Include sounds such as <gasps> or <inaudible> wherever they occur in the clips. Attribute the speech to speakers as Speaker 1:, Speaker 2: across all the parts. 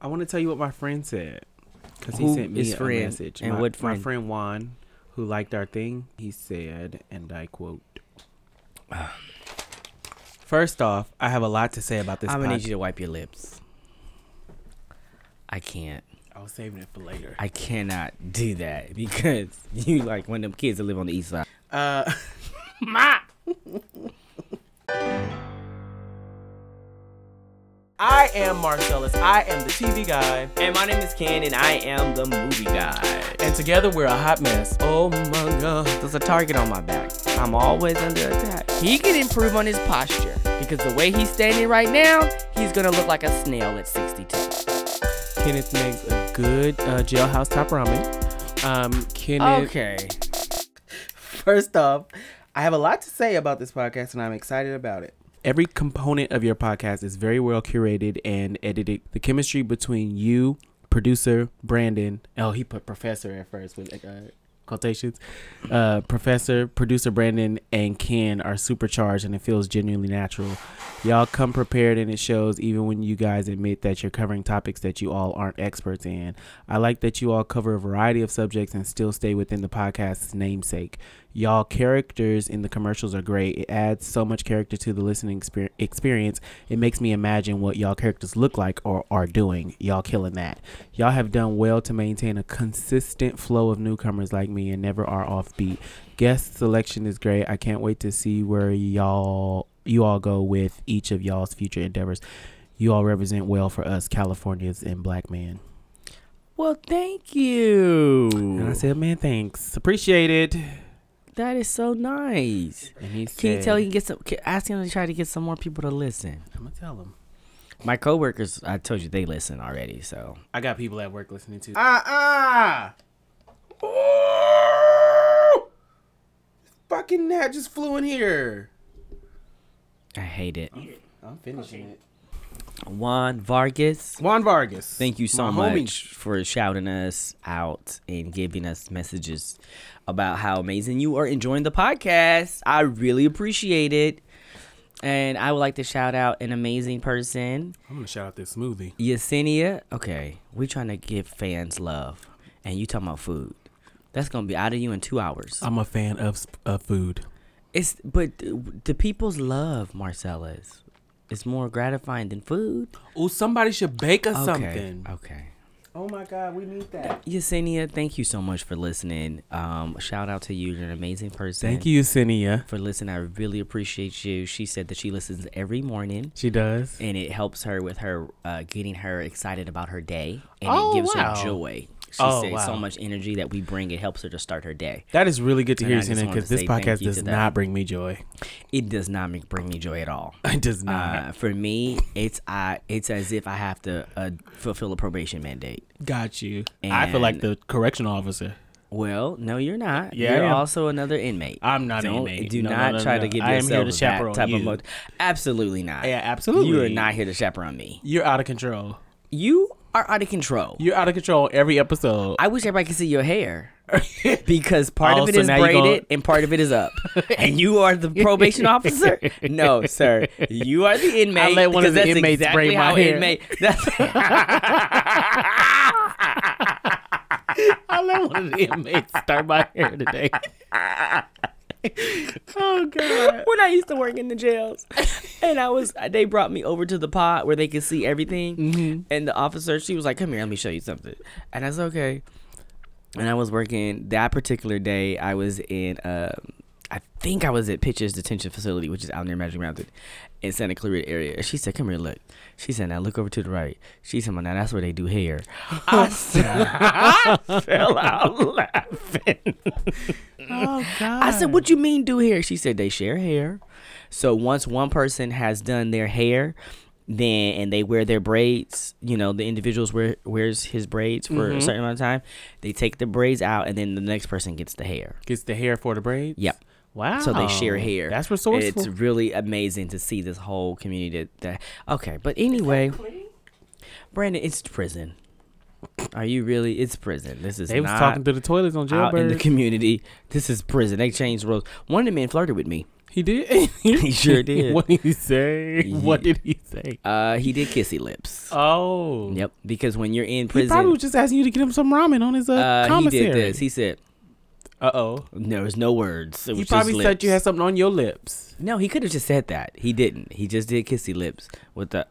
Speaker 1: I want to tell you what my friend said because he
Speaker 2: Who
Speaker 1: sent me
Speaker 2: is
Speaker 1: a
Speaker 2: friend
Speaker 1: message.
Speaker 2: and
Speaker 1: my,
Speaker 2: what
Speaker 1: My
Speaker 2: friend?
Speaker 1: friend Juan, who liked our thing, he said, and I quote. First off, I have a lot to say about this.
Speaker 2: I'm gonna need
Speaker 1: podcast."
Speaker 2: you to wipe your lips. I can't.
Speaker 1: I was saving it for
Speaker 2: <laughs>
Speaker 1: later.
Speaker 2: I cannot do that <laughs> because you like one of them kids that live on the east side.
Speaker 1: Uh,
Speaker 2: Ma.
Speaker 3: I am Marcellus. I am the TV guy.
Speaker 2: And my name is Ken, and I am the movie guy.
Speaker 3: And together we're a hot mess. Oh my god.
Speaker 2: There's a target on my back. I'm always under attack.
Speaker 4: He can improve on his posture because the way he's standing right now, he's gonna look like a snail at 62.
Speaker 3: Kenneth makes a good uh, jailhouse top ramen. Um, Kenneth.
Speaker 2: Okay.
Speaker 1: <laughs> First off, I have a lot to say about this podcast and I'm excited about it. Every component of your podcast is very well curated and edited. The chemistry between you, producer Brandon, oh, he put professor at first with uh, quotations. Uh, professor, producer Brandon, and Ken are supercharged and it feels genuinely natural. Y'all come prepared and it shows even when you guys admit that you're covering topics that you all aren't experts in. I like that you all cover a variety of subjects and still stay within the podcast's namesake. Y'all characters in the commercials are great. It adds so much character to the listening exper- experience. It makes me imagine what y'all characters look like or are doing. Y'all killing that. Y'all have done well to maintain a consistent flow of newcomers like me and never are offbeat. Guest selection is great. I can't wait to see where y'all you all go with each of y'all's future endeavors. You all represent well for us Californians and black men.
Speaker 2: Well, thank you.
Speaker 1: And I said, man, thanks. Appreciate it.
Speaker 2: that is so nice.
Speaker 1: And he
Speaker 2: Can you
Speaker 1: said,
Speaker 2: tell you can get some? Can, ask him to try to get some more people to listen.
Speaker 1: I'm going to tell him.
Speaker 2: My coworkers, I told you they listen already. So
Speaker 1: I got people at work listening to. Ah, ah! Fucking gnat just flew in here.
Speaker 2: I hate it.
Speaker 1: I'm finishing it.
Speaker 2: Juan Vargas,
Speaker 1: Juan Vargas.
Speaker 2: thank you so
Speaker 1: My homie.
Speaker 2: much for shouting us out and giving us messages about how amazing you are enjoying the podcast. I really appreciate it. And I would like to shout out an amazing person,
Speaker 1: I'm gonna shout out this smoothie.
Speaker 2: Yesenia. Okay, we're trying to give fans love, and you talking about food. That's gonna be out of you in two hours.
Speaker 1: I'm a fan of sp- of food.
Speaker 2: It's but the the people's love Marcella's. It's more gratifying than food.
Speaker 1: Oh, somebody should bake us
Speaker 2: Okay.
Speaker 1: something.
Speaker 2: Okay.
Speaker 1: Oh my god, we need that.
Speaker 2: Yesenia, thank you so much for listening. Um, shout out to you. You're an amazing person.
Speaker 1: Thank you, Yesenia.
Speaker 2: for listening. I really appreciate you. She said that she listens every morning.
Speaker 1: She does.
Speaker 2: And it helps her with her uh, getting her excited about her day, and
Speaker 1: Oh,
Speaker 2: it gives
Speaker 1: wow.
Speaker 2: her joy. She
Speaker 1: Oh,
Speaker 2: says so
Speaker 1: wow.
Speaker 2: much energy that we bring. It helps her to start her day.
Speaker 1: That is really good to
Speaker 2: And
Speaker 1: hear,
Speaker 2: I just
Speaker 1: Yesenia,
Speaker 2: wanted to
Speaker 1: because this
Speaker 2: say thank
Speaker 1: podcast
Speaker 2: you
Speaker 1: does
Speaker 2: to that.
Speaker 1: not bring me joy.
Speaker 2: It does not make, bring me joy at all.
Speaker 1: <laughs> It does not.
Speaker 2: Uh, for me, it's I. It's as if I have to uh, fulfill a probation mandate.
Speaker 1: Got you. I feel like
Speaker 2: and-
Speaker 1: the correctional officer.
Speaker 2: Well, no, you're not.
Speaker 1: Yeah, I
Speaker 2: you're
Speaker 1: am.
Speaker 2: also another inmate.
Speaker 1: I'm not an
Speaker 2: Don't-
Speaker 1: inmate.
Speaker 2: Do
Speaker 1: No, no,
Speaker 2: not
Speaker 1: no,
Speaker 2: try
Speaker 1: no.
Speaker 2: to give
Speaker 1: I am
Speaker 2: yourself
Speaker 1: here to chaperone
Speaker 2: that type
Speaker 1: you.
Speaker 2: of mot- Absolutely not.
Speaker 1: Yeah, absolutely.
Speaker 2: You are not here to chaperone me.
Speaker 1: You're out of control.
Speaker 2: You are out of control.
Speaker 1: You're out of control every episode.
Speaker 2: I wish everybody could see
Speaker 1: <laughs>
Speaker 2: your hair because part
Speaker 1: Oh,
Speaker 2: of it
Speaker 1: so
Speaker 2: is
Speaker 1: now you
Speaker 2: braided
Speaker 1: gonna-
Speaker 2: and part of it
Speaker 1: <laughs>
Speaker 2: is up. and you are the probation officer? No, sir. You are the inmate.
Speaker 1: I let one of
Speaker 2: because
Speaker 1: the
Speaker 2: that's
Speaker 1: inmates
Speaker 2: exactly
Speaker 1: braid my
Speaker 2: how
Speaker 1: hair.
Speaker 2: Inmate, <laughs> that's
Speaker 1: I let one of the inmates start my hair today. <laughs> oh god.
Speaker 2: <laughs> when I used to work in the jails, and I was they brought me over to the pod where they could see everything, and the officer she was like, "Come here, let me show you something," and I said, "Okay." And I was working that particular day. I was in, um, I think I was at Pitcher's Detention Facility, which is out near Magic Mountain, in Santa Clarita area. She said, "Come here, look." She said, "Now look over to the right." She said, well, "Now that's where they do hair." I, said, <laughs> I fell out laughing.
Speaker 1: Oh god.
Speaker 2: I said, "What you mean do hair?" She said, "They share hair. So once one person has done their hair, then and they wear their braids. You know, the individuals wear wears his braids for
Speaker 1: Mm-hmm.
Speaker 2: a certain amount of time. They take the braids out, and then the next person gets the hair.
Speaker 1: Gets the hair for the braids.
Speaker 2: Yep.
Speaker 1: Wow.
Speaker 2: So they share hair.
Speaker 1: That's
Speaker 2: And
Speaker 1: resourceful.
Speaker 2: It's really amazing to see this whole community. That, that okay, but anyway, Brandon, it's prison. Are you really? It's prison. This is
Speaker 1: they was
Speaker 2: not
Speaker 1: talking to the toilets on
Speaker 2: out in the
Speaker 1: jailbird.
Speaker 2: community. This is prison. They changed rules. One of the men flirted with me. <laughs>
Speaker 1: He <laughs> did.
Speaker 2: He sure did.
Speaker 1: what did he say? What did he say?
Speaker 2: Uh, he did kissy lips.
Speaker 1: Oh.
Speaker 2: Yep, because when you're in
Speaker 1: He probably
Speaker 2: prison,
Speaker 1: was just asking you to get him some ramen on his uh,
Speaker 2: uh, he
Speaker 1: commissary.
Speaker 2: did this. He said
Speaker 1: uh oh.
Speaker 2: there was no words. It was
Speaker 1: He
Speaker 2: just
Speaker 1: probably said
Speaker 2: lips.
Speaker 1: you had something on your lips.
Speaker 2: No, he could have just said that. He didn't. He just did kissy lips with the.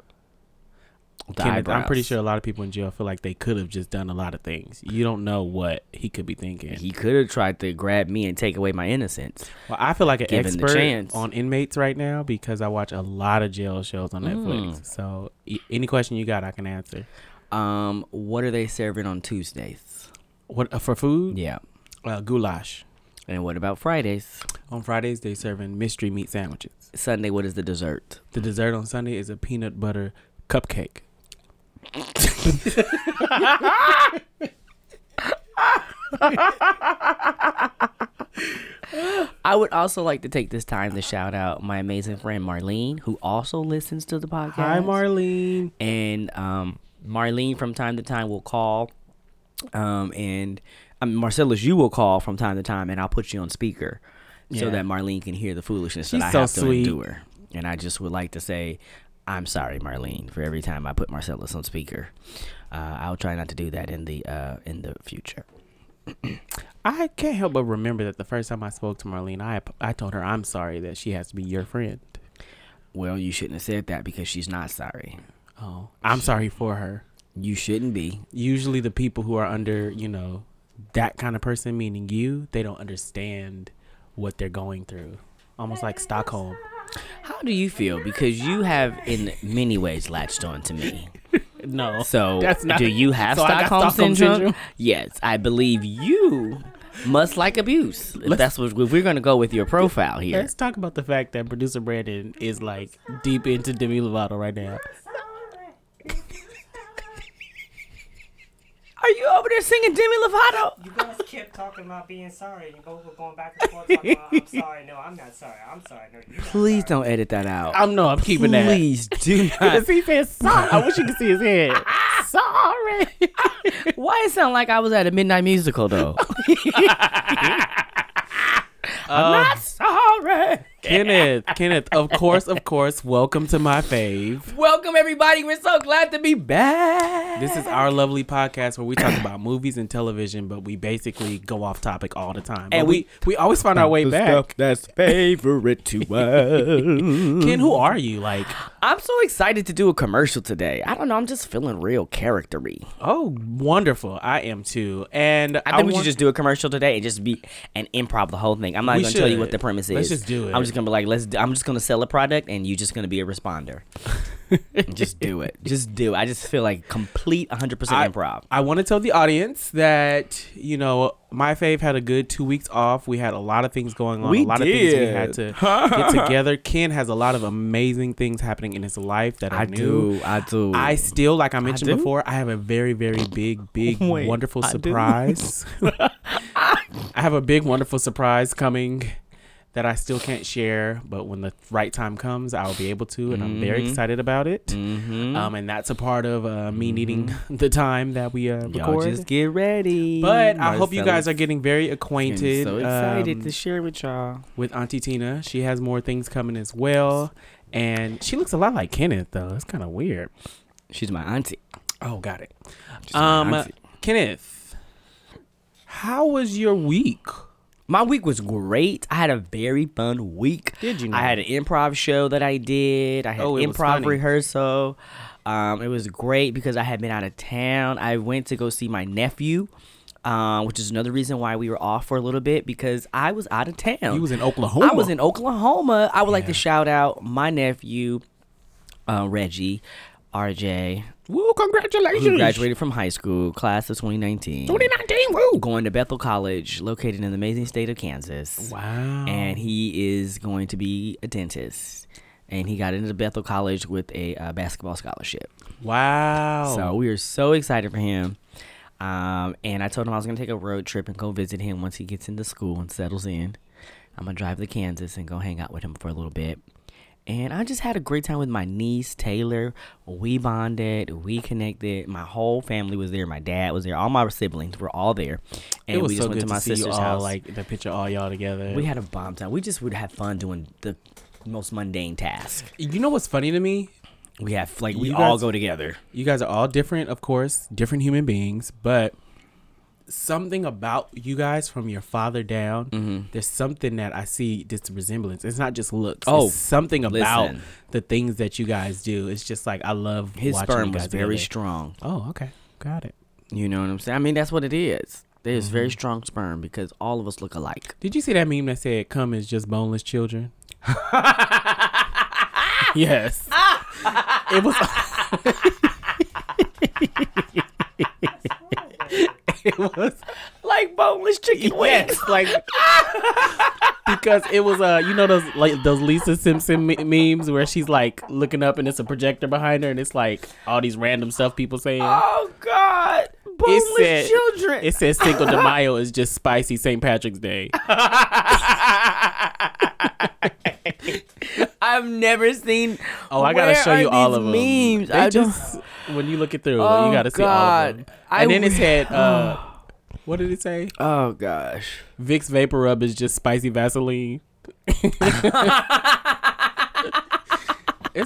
Speaker 2: with the
Speaker 1: Kenneth, I'm pretty
Speaker 2: eyebrows.
Speaker 1: sure a lot of people in jail feel like they could have just done a lot of things. You don't know what he could be thinking.
Speaker 2: He could have tried to grab me and take away my innocence.
Speaker 1: well, I feel like an
Speaker 2: Given the
Speaker 1: expert
Speaker 2: chance.
Speaker 1: on inmates right now because I watch a lot of jail shows on Netflix.
Speaker 2: Mm.
Speaker 1: So y- any question you got, I can answer.
Speaker 2: Um, what are they serving on Tuesdays?
Speaker 1: What uh, for food?
Speaker 2: Yeah.
Speaker 1: Uh, goulash.
Speaker 2: And what about Fridays?
Speaker 1: On Fridays they serving mystery meat sandwiches.
Speaker 2: Sunday, what is the dessert?
Speaker 1: The dessert on Sunday is a peanut butter cupcake.
Speaker 2: I would also like to take this time to shout out my amazing friend Marlene, who also listens to the podcast.
Speaker 1: Hi Marlene.
Speaker 2: and um, Marlene from time to time will call, um, and um, Marcellus, you will call from time to time, and I'll put you on speaker so
Speaker 1: Yeah.
Speaker 2: that Marlene can hear the foolishness
Speaker 1: She's
Speaker 2: that I
Speaker 1: so
Speaker 2: have to
Speaker 1: sweet.
Speaker 2: endure. And I just would like to say, I'm sorry, Marlene, for every time I put Marcellus on speaker. Uh, I'll try not to do that in the uh, in the future.
Speaker 1: I can't help but remember that the first time I spoke to Marlene, I I told her I'm sorry that she has to be your friend.
Speaker 2: Well, you shouldn't have said that because she's not sorry.
Speaker 1: Oh, I'm sorry for her.
Speaker 2: You shouldn't be.
Speaker 1: Usually, the people who are under, you know, that kind of person, meaning you, they don't understand what they're going through. Almost like Stockholm.
Speaker 2: How do you feel? Because you have, in many ways, latched on to me.
Speaker 1: <laughs> No,
Speaker 2: So,
Speaker 1: That's not-
Speaker 2: do you have
Speaker 1: So I got
Speaker 2: Stockholm,
Speaker 1: Stockholm
Speaker 2: syndrome?
Speaker 1: syndrome?
Speaker 2: Yes, I believe you must like abuse. If that's what if we're going to go with your profile here.
Speaker 1: let's talk about the fact that producer Brandon is like deep into Demi Lovato right now.
Speaker 2: Are you over there singing Demi Lovato?
Speaker 5: You guys kept talking about being sorry and go going back and forth talking about I'm sorry, no, I'm not sorry, I'm sorry, no, you're not
Speaker 2: Please don't edit that out.
Speaker 1: I'm no, I'm keeping that. <laughs>
Speaker 2: Please do not.
Speaker 1: Because he said sorry. I wish you could see his head. sorry.
Speaker 2: <laughs> Why it sound like I was at a midnight musical
Speaker 1: <laughs>
Speaker 2: though? <laughs>
Speaker 1: not Um, sorry. Kenneth, Kenneth, of course, of course, welcome to my fave.
Speaker 2: Welcome everybody. We're so glad to be back.
Speaker 1: This is our lovely podcast where we talk about movies and television, but we basically go off topic all the time. But
Speaker 2: And
Speaker 1: we, we always find our way back.
Speaker 2: that's favorite
Speaker 1: <laughs>
Speaker 2: to us.
Speaker 1: Ken, who are you? Like,
Speaker 2: I'm so excited to do a commercial today. I don't know. I'm just feeling real charactery.
Speaker 1: oh, wonderful. I am too. And
Speaker 2: I think we
Speaker 1: want-
Speaker 2: should just do a commercial today and just be and improv the whole thing. I'm not
Speaker 1: We
Speaker 2: going to tell you
Speaker 1: should.
Speaker 2: what the premise is.
Speaker 1: Let's just do it.
Speaker 2: I'm just going to be like, let's. Do, I'm just going to sell a product and you just going to be
Speaker 1: <laughs>
Speaker 2: a responder. just do it. Just do. it. I just feel like complete 100
Speaker 1: I-
Speaker 2: percent improv.
Speaker 1: I want to tell the audience that you know my fave had a good two weeks off. We had a lot of things going on.
Speaker 2: We
Speaker 1: a lot of things we had
Speaker 2: did. <laughs>
Speaker 1: to get together. Ken has a lot of amazing things happening in his life that I, knew.
Speaker 2: I do.
Speaker 1: I still, like I mentioned
Speaker 2: do?
Speaker 1: before, I have a very, very big, big,
Speaker 2: <laughs> Wait,
Speaker 1: wonderful
Speaker 2: I do? <laughs>
Speaker 1: surprise. I have a big, wonderful surprise coming that I still can't share, but when the right time comes, I'll be able to, and I'm
Speaker 2: Mm-hmm.
Speaker 1: very excited about it. Um, and that's a part of uh, me needing <laughs> the time that we uh,
Speaker 2: Mm-hmm. Y'all
Speaker 1: record.
Speaker 2: just get ready.
Speaker 1: but I hope you guys
Speaker 2: Marcella's
Speaker 1: are getting very acquainted.
Speaker 2: getting so excited
Speaker 1: um,
Speaker 2: to share with y'all.
Speaker 1: with Auntie Tina. She has more things coming as well, and she looks a lot like Kenneth though. That's kind of weird.
Speaker 2: She's my auntie.
Speaker 1: Oh, got it.
Speaker 2: my
Speaker 1: Um,
Speaker 2: auntie.
Speaker 1: Kenneth, how was your week?
Speaker 2: My week was great. I had a very fun week.
Speaker 1: Did you
Speaker 2: I
Speaker 1: now?
Speaker 2: had an improv show that I did. I had
Speaker 1: Oh, it was
Speaker 2: improv
Speaker 1: funny.
Speaker 2: rehearsal. Um, it was great because I had been out of town. I went to go see my nephew, uh, which is another reason why we were off for a little bit because I was out of town.
Speaker 1: You was in Oklahoma.
Speaker 2: I was in Oklahoma. I would like
Speaker 1: Yeah.
Speaker 2: to shout out my nephew, uh, Reggie, RJ,
Speaker 1: Woo! Congratulations.
Speaker 2: who graduated from high school, class of 2019.
Speaker 1: 2019. Woo!
Speaker 2: Going to Bethel College, located in the amazing state of Kansas
Speaker 1: Wow.
Speaker 2: and he is going to be a dentist. And he got into Bethel College with a uh, basketball scholarship.
Speaker 1: wow.
Speaker 2: So we are so excited for him. Um, and I told him I was going to take a road trip and go visit him once he gets into school and settles in. I'm going to drive to Kansas and go hang out with him for a little bit. And I just had a great time with my niece, Taylor. We bonded, we connected. My whole family was there. My dad was there. All my siblings were all there. And
Speaker 1: it was
Speaker 2: we just
Speaker 1: so
Speaker 2: went
Speaker 1: good
Speaker 2: to my
Speaker 1: see
Speaker 2: sister's
Speaker 1: you all,
Speaker 2: house.
Speaker 1: like the picture of all y'all together.
Speaker 2: we had a bomb time. We just would have fun doing the most mundane task.
Speaker 1: you know what's funny to me?
Speaker 2: We have like we
Speaker 1: You
Speaker 2: all
Speaker 1: guys-
Speaker 2: go together.
Speaker 1: You guys are all different, of course, different human beings, but something about you guys from your father down,
Speaker 2: Mm-hmm.
Speaker 1: there's something that I see this resemblance. It's not just looks.
Speaker 2: Oh,
Speaker 1: it's something about
Speaker 2: listen.
Speaker 1: the things that you guys do. It's just like I love
Speaker 2: His
Speaker 1: watching
Speaker 2: sperm
Speaker 1: you
Speaker 2: was
Speaker 1: guys
Speaker 2: very
Speaker 1: together.
Speaker 2: strong.
Speaker 1: Oh, okay. Got it.
Speaker 2: You know what I'm saying? I mean, that's what it is. There's
Speaker 1: Mm-hmm.
Speaker 2: very strong sperm because all of us look alike.
Speaker 1: Did you see that meme that said "Come is just boneless
Speaker 2: <laughs>
Speaker 1: children"? yes. it
Speaker 2: <laughs>
Speaker 1: was. it was
Speaker 2: Like boneless chicken wings.
Speaker 1: yes, like because it was uh you know those like those Lisa Simpson me- memes where she's like looking up and it's a projector behind her and it's like all these random stuff people saying.
Speaker 2: Oh God,
Speaker 1: It
Speaker 2: boneless
Speaker 1: said-
Speaker 2: children.
Speaker 1: It says Cinco de Mayo is just spicy St. Patrick's Day.
Speaker 2: I've never seen.
Speaker 1: Oh, I gotta
Speaker 2: Where
Speaker 1: show you
Speaker 2: are
Speaker 1: all
Speaker 2: these
Speaker 1: of them.
Speaker 2: memes?
Speaker 1: They
Speaker 2: I don't-
Speaker 1: just when you look it through,
Speaker 2: Oh,
Speaker 1: you gotta see all of them.
Speaker 2: God. I
Speaker 1: And then it
Speaker 2: w- <gasps>
Speaker 1: said, uh, what did it say?
Speaker 2: Oh gosh.
Speaker 1: Vicks Vapor Rub is just spicy Vaseline. <laughs> it's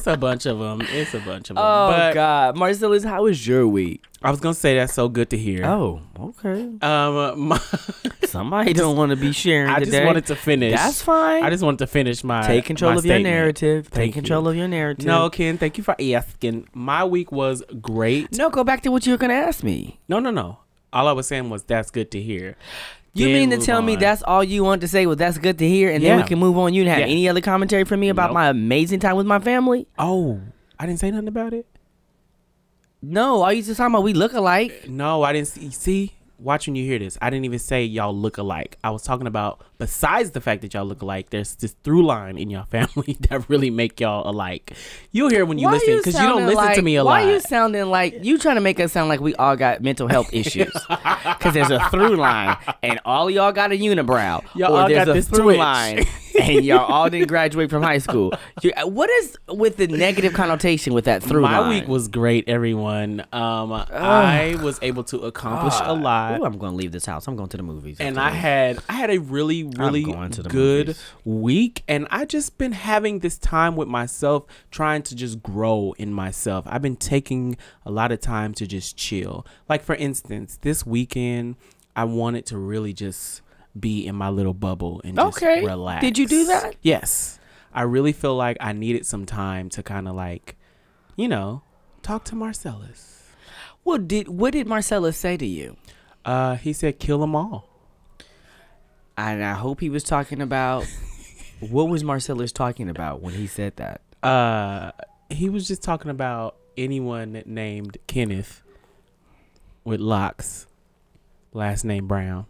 Speaker 1: a bunch of them. It's a bunch of them.
Speaker 2: Oh
Speaker 1: but
Speaker 2: God, Marcellus, how was your week?
Speaker 1: I was gonna say that's so good to hear.
Speaker 2: Oh, okay.
Speaker 1: Um,
Speaker 2: <laughs>
Speaker 1: my,
Speaker 2: Somebody don't want to be sharing
Speaker 1: I
Speaker 2: today.
Speaker 1: just wanted to finish.
Speaker 2: That's fine.
Speaker 1: I just wanted to finish my
Speaker 2: Take control
Speaker 1: my
Speaker 2: of your
Speaker 1: statement.
Speaker 2: narrative.
Speaker 1: Thank
Speaker 2: Take control
Speaker 1: you.
Speaker 2: of your narrative.
Speaker 1: No, Ken. Thank you for asking. My week was great.
Speaker 2: no, go back to what you were gonna ask me.
Speaker 1: No, no, no. All I was saying was that's good to hear.
Speaker 2: You
Speaker 1: Then
Speaker 2: mean to
Speaker 1: move
Speaker 2: tell me
Speaker 1: on.
Speaker 2: that's all you want to say? Well, that's good to hear, and then
Speaker 1: Yeah.
Speaker 2: we can move on. You didn't have
Speaker 1: Yeah.
Speaker 2: any other commentary for me about
Speaker 1: Nope.
Speaker 2: my amazing time with my family?
Speaker 1: Oh, I didn't say nothing about it.
Speaker 2: No, all you just talking about we look alike.
Speaker 1: No, I didn't see. See, watching you hear this, I didn't even say y'all look alike. I was talking about besides the fact that y'all look alike, there's this through line in y'all <laughs> family that really make y'all alike. You'll hear when you
Speaker 2: Why
Speaker 1: listen because you don't
Speaker 2: sounding
Speaker 1: listen to
Speaker 2: like-
Speaker 1: me a
Speaker 2: why
Speaker 1: lot.
Speaker 2: you sounding like you trying to make us sound like we all got mental
Speaker 1: <laughs>
Speaker 2: health issues? Because there's a through line, and all y'all got a unibrow,
Speaker 1: Y'all
Speaker 2: or
Speaker 1: all
Speaker 2: there's
Speaker 1: got
Speaker 2: a
Speaker 1: this
Speaker 2: through
Speaker 1: twitch. <laughs>
Speaker 2: line, and y'all all didn't graduate from high school. You, what is with the negative connotation with that through
Speaker 1: My
Speaker 2: line?
Speaker 1: week was great, everyone. Um, I was able to accomplish a lot.
Speaker 2: Ooh, I'm gonna leave this house. I'm going to the movies.
Speaker 1: and
Speaker 2: after
Speaker 1: I
Speaker 2: this.
Speaker 1: had I had a really really
Speaker 2: going to the
Speaker 1: good
Speaker 2: movies.
Speaker 1: week, and I just been having this time with myself, trying to just grow in myself. I've been taking a lot of time to just chill. Like for instance, this weekend I wanted to really just be in my little bubble and just
Speaker 2: Okay.
Speaker 1: relax.
Speaker 2: Did you do that?
Speaker 1: Yes, I really feel like I needed some time to kind of like, you know, talk to Marcellus.
Speaker 2: Well, did what did Marcella say to you?
Speaker 1: Uh, he said, "Kill them all."
Speaker 2: And I hope he was talking about what was Marcellus talking about when he said that.
Speaker 1: uh he was just talking about anyone named Kenneth with locks last name Brown.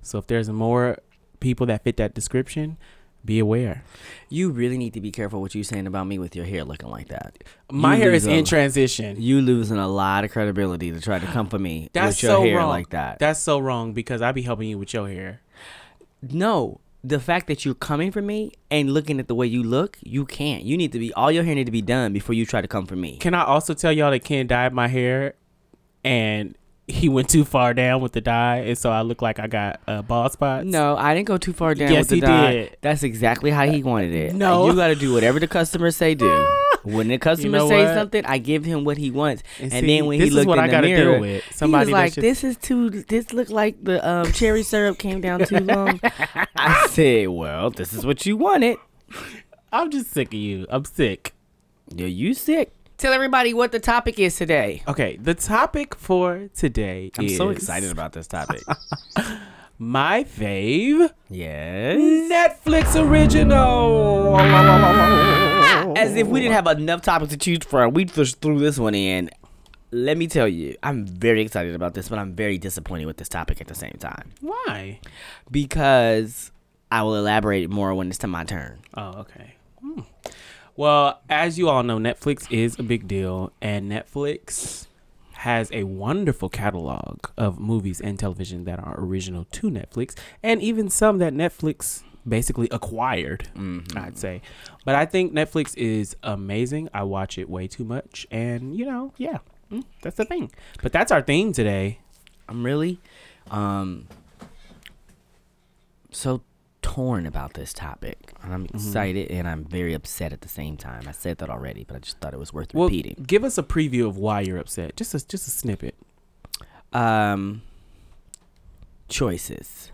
Speaker 1: So if there's more people that fit that description, be aware.
Speaker 2: You really need to be careful what you're saying about me with your hair looking like that.
Speaker 1: My
Speaker 2: You
Speaker 1: hair is
Speaker 2: lose a-
Speaker 1: in transition.
Speaker 2: You losing a lot of credibility to try to come for me
Speaker 1: That's
Speaker 2: with your
Speaker 1: so
Speaker 2: hair
Speaker 1: wrong.
Speaker 2: like that.
Speaker 1: That's so wrong because I be helping you with your hair.
Speaker 2: no, the fact that you're coming for me and looking at the way you look, you can't. You need to be all your hair need to be done before you try to come for me.
Speaker 1: Can I also tell y'all that Ken dyed my hair and he went too far down with the dye and so I look like I got a bald spot.
Speaker 2: No, I didn't go too far down.
Speaker 1: Yes,
Speaker 2: with the
Speaker 1: he
Speaker 2: dye.
Speaker 1: did.
Speaker 2: That's exactly how he wanted it.
Speaker 1: No.
Speaker 2: you got to do whatever the customer say.
Speaker 1: <laughs>
Speaker 2: Do when the customer
Speaker 1: know
Speaker 2: says
Speaker 1: what?
Speaker 2: something, I give him what he wants. And,
Speaker 1: And see,
Speaker 2: then when
Speaker 1: this
Speaker 2: he
Speaker 1: is
Speaker 2: looked
Speaker 1: what
Speaker 2: in
Speaker 1: I
Speaker 2: the
Speaker 1: gotta deal
Speaker 2: mirror,
Speaker 1: with.
Speaker 2: he
Speaker 1: Somebody that
Speaker 2: was like,
Speaker 1: should-
Speaker 2: "This is too. This looked like the um, cherry syrup came down
Speaker 1: <laughs>
Speaker 2: too long." I said, "Well, this is what you wanted.
Speaker 1: I'm just sick of you. I'm sick.
Speaker 2: Yeah, you sick." Tell everybody what the topic is today.
Speaker 1: Okay, the topic for today
Speaker 2: I'm
Speaker 1: is
Speaker 2: so excited about this topic.
Speaker 1: my fave
Speaker 2: yes.
Speaker 1: Netflix original.
Speaker 2: As if we didn't have enough topics to choose from, we just threw this one in. Let me tell you, I'm very excited about this, but I'm very disappointed with this topic at the same time
Speaker 1: Why?
Speaker 2: because I will elaborate more when it's to my turn.
Speaker 1: Oh, okay. Hmm. Well, as you all know, Netflix is a big deal, and Netflix has a wonderful catalog of movies and television that are original to Netflix, and even some that Netflix basically acquired, I'd say. But I think Netflix is amazing. I watch it way too much, and you know, yeah, mm, that's the thing. But that's our theme today.
Speaker 6: I'm really um so torn about this topic. And
Speaker 2: Mm-hmm.
Speaker 6: I'm excited and I'm very upset at the same time. I said that already, but I just thought it was worth
Speaker 1: Well,
Speaker 6: repeating.
Speaker 1: give us a preview of why you're upset. Just a just a snippet.
Speaker 6: Um choices.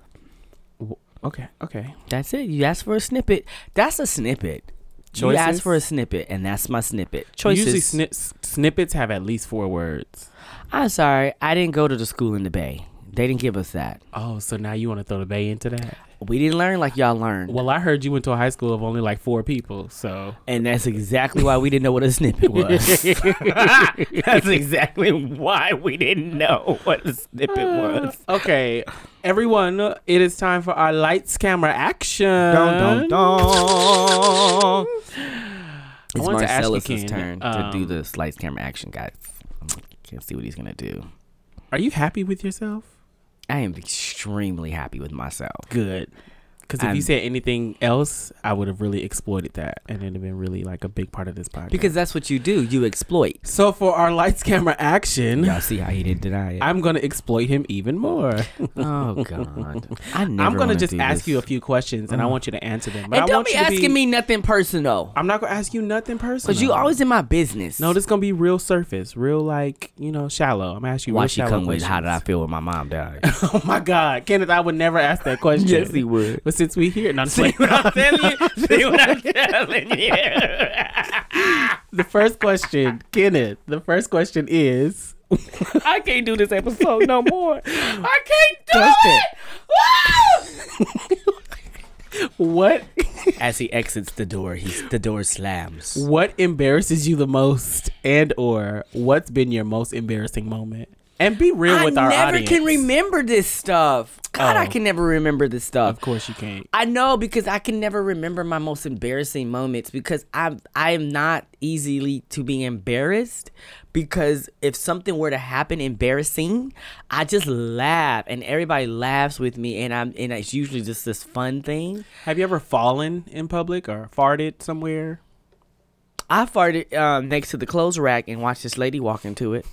Speaker 1: Okay, okay.
Speaker 6: That's it. You asked for a snippet. That's a snippet. You asked
Speaker 1: Choices?
Speaker 6: for a snippet and that's my snippet. Choices.
Speaker 1: Usually snips, snippets have at least four words.
Speaker 6: I'm sorry. I didn't go to the school in the Bay. They didn't give us that.
Speaker 1: Oh, so now you want to throw the bay into that?
Speaker 6: We didn't learn like y'all learned.
Speaker 1: Well, I heard you went to a high school of only like four people, so
Speaker 6: And that's exactly why we didn't know what a snippet <laughs> was. that's exactly why we didn't know what a snippet was.
Speaker 1: Okay, everyone, it is time for our lights, camera, action.
Speaker 6: <laughs> Dun, dun, dun.
Speaker 1: I
Speaker 6: It's
Speaker 1: wanted to ask you,
Speaker 6: Marcellus'
Speaker 1: Ken,
Speaker 6: turn
Speaker 1: um,
Speaker 6: to do the lights, camera, action, guys. I can't see what he's gonna do.
Speaker 1: Are you happy with yourself?
Speaker 6: I am extremely happy with myself.
Speaker 1: Good. Because if
Speaker 6: I'm-
Speaker 1: you said anything else, I would have really exploited that, and it'd have been really like a big part of this podcast.
Speaker 6: Because that's what you do. You exploit.
Speaker 1: so for our lights, camera, action,
Speaker 6: Y'all see how he didn't deny it.
Speaker 1: I'm gonna exploit him even more.
Speaker 6: oh God. I never
Speaker 1: I'm gonna
Speaker 6: wanna
Speaker 1: just
Speaker 6: do
Speaker 1: ask
Speaker 6: this. Mm.
Speaker 1: you a few questions, and I want you to answer them. But
Speaker 6: And
Speaker 1: I
Speaker 6: don't
Speaker 1: want
Speaker 6: be
Speaker 1: you to
Speaker 6: asking me nothing personal.
Speaker 1: I'm not gonna ask you nothing personal.
Speaker 6: Cause you always in my business.
Speaker 1: No, this gonna be real surface, real like you know shallow. I'm gonna ask you.
Speaker 6: why
Speaker 1: real
Speaker 6: she
Speaker 1: shallow
Speaker 6: come with?
Speaker 1: <laughs>
Speaker 6: How
Speaker 1: questions.
Speaker 6: did I feel when my mom <laughs> died?
Speaker 1: Oh my God, Kenneth! I would never ask that question.
Speaker 6: <laughs> Yes, he would.
Speaker 1: But since we here, no,
Speaker 6: <laughs>
Speaker 1: I'm just playing. the first question, Kenneth. The first question is.
Speaker 2: I can't do this episode no more. I
Speaker 1: Dustin,
Speaker 2: can't do it.
Speaker 1: <laughs> what
Speaker 6: As he exits the door, he's the door slams.
Speaker 1: what embarrasses you the most, and or what's been your most embarrassing moment? And be real
Speaker 2: I
Speaker 1: with our
Speaker 2: never
Speaker 1: audience.
Speaker 2: can remember this stuff. God, I
Speaker 1: Oh.
Speaker 2: can never remember this stuff.
Speaker 1: Of course, you can't.
Speaker 2: I know because I can never remember my most embarrassing moments because I'm I am not easily to be embarrassed because if something were to happen embarrassing, I just laugh and everybody laughs with me and I'm and it's usually just this fun thing.
Speaker 1: Have you ever fallen in public or farted somewhere?
Speaker 2: I farted um, next to the clothes rack and watched this lady walk into <laughs> it.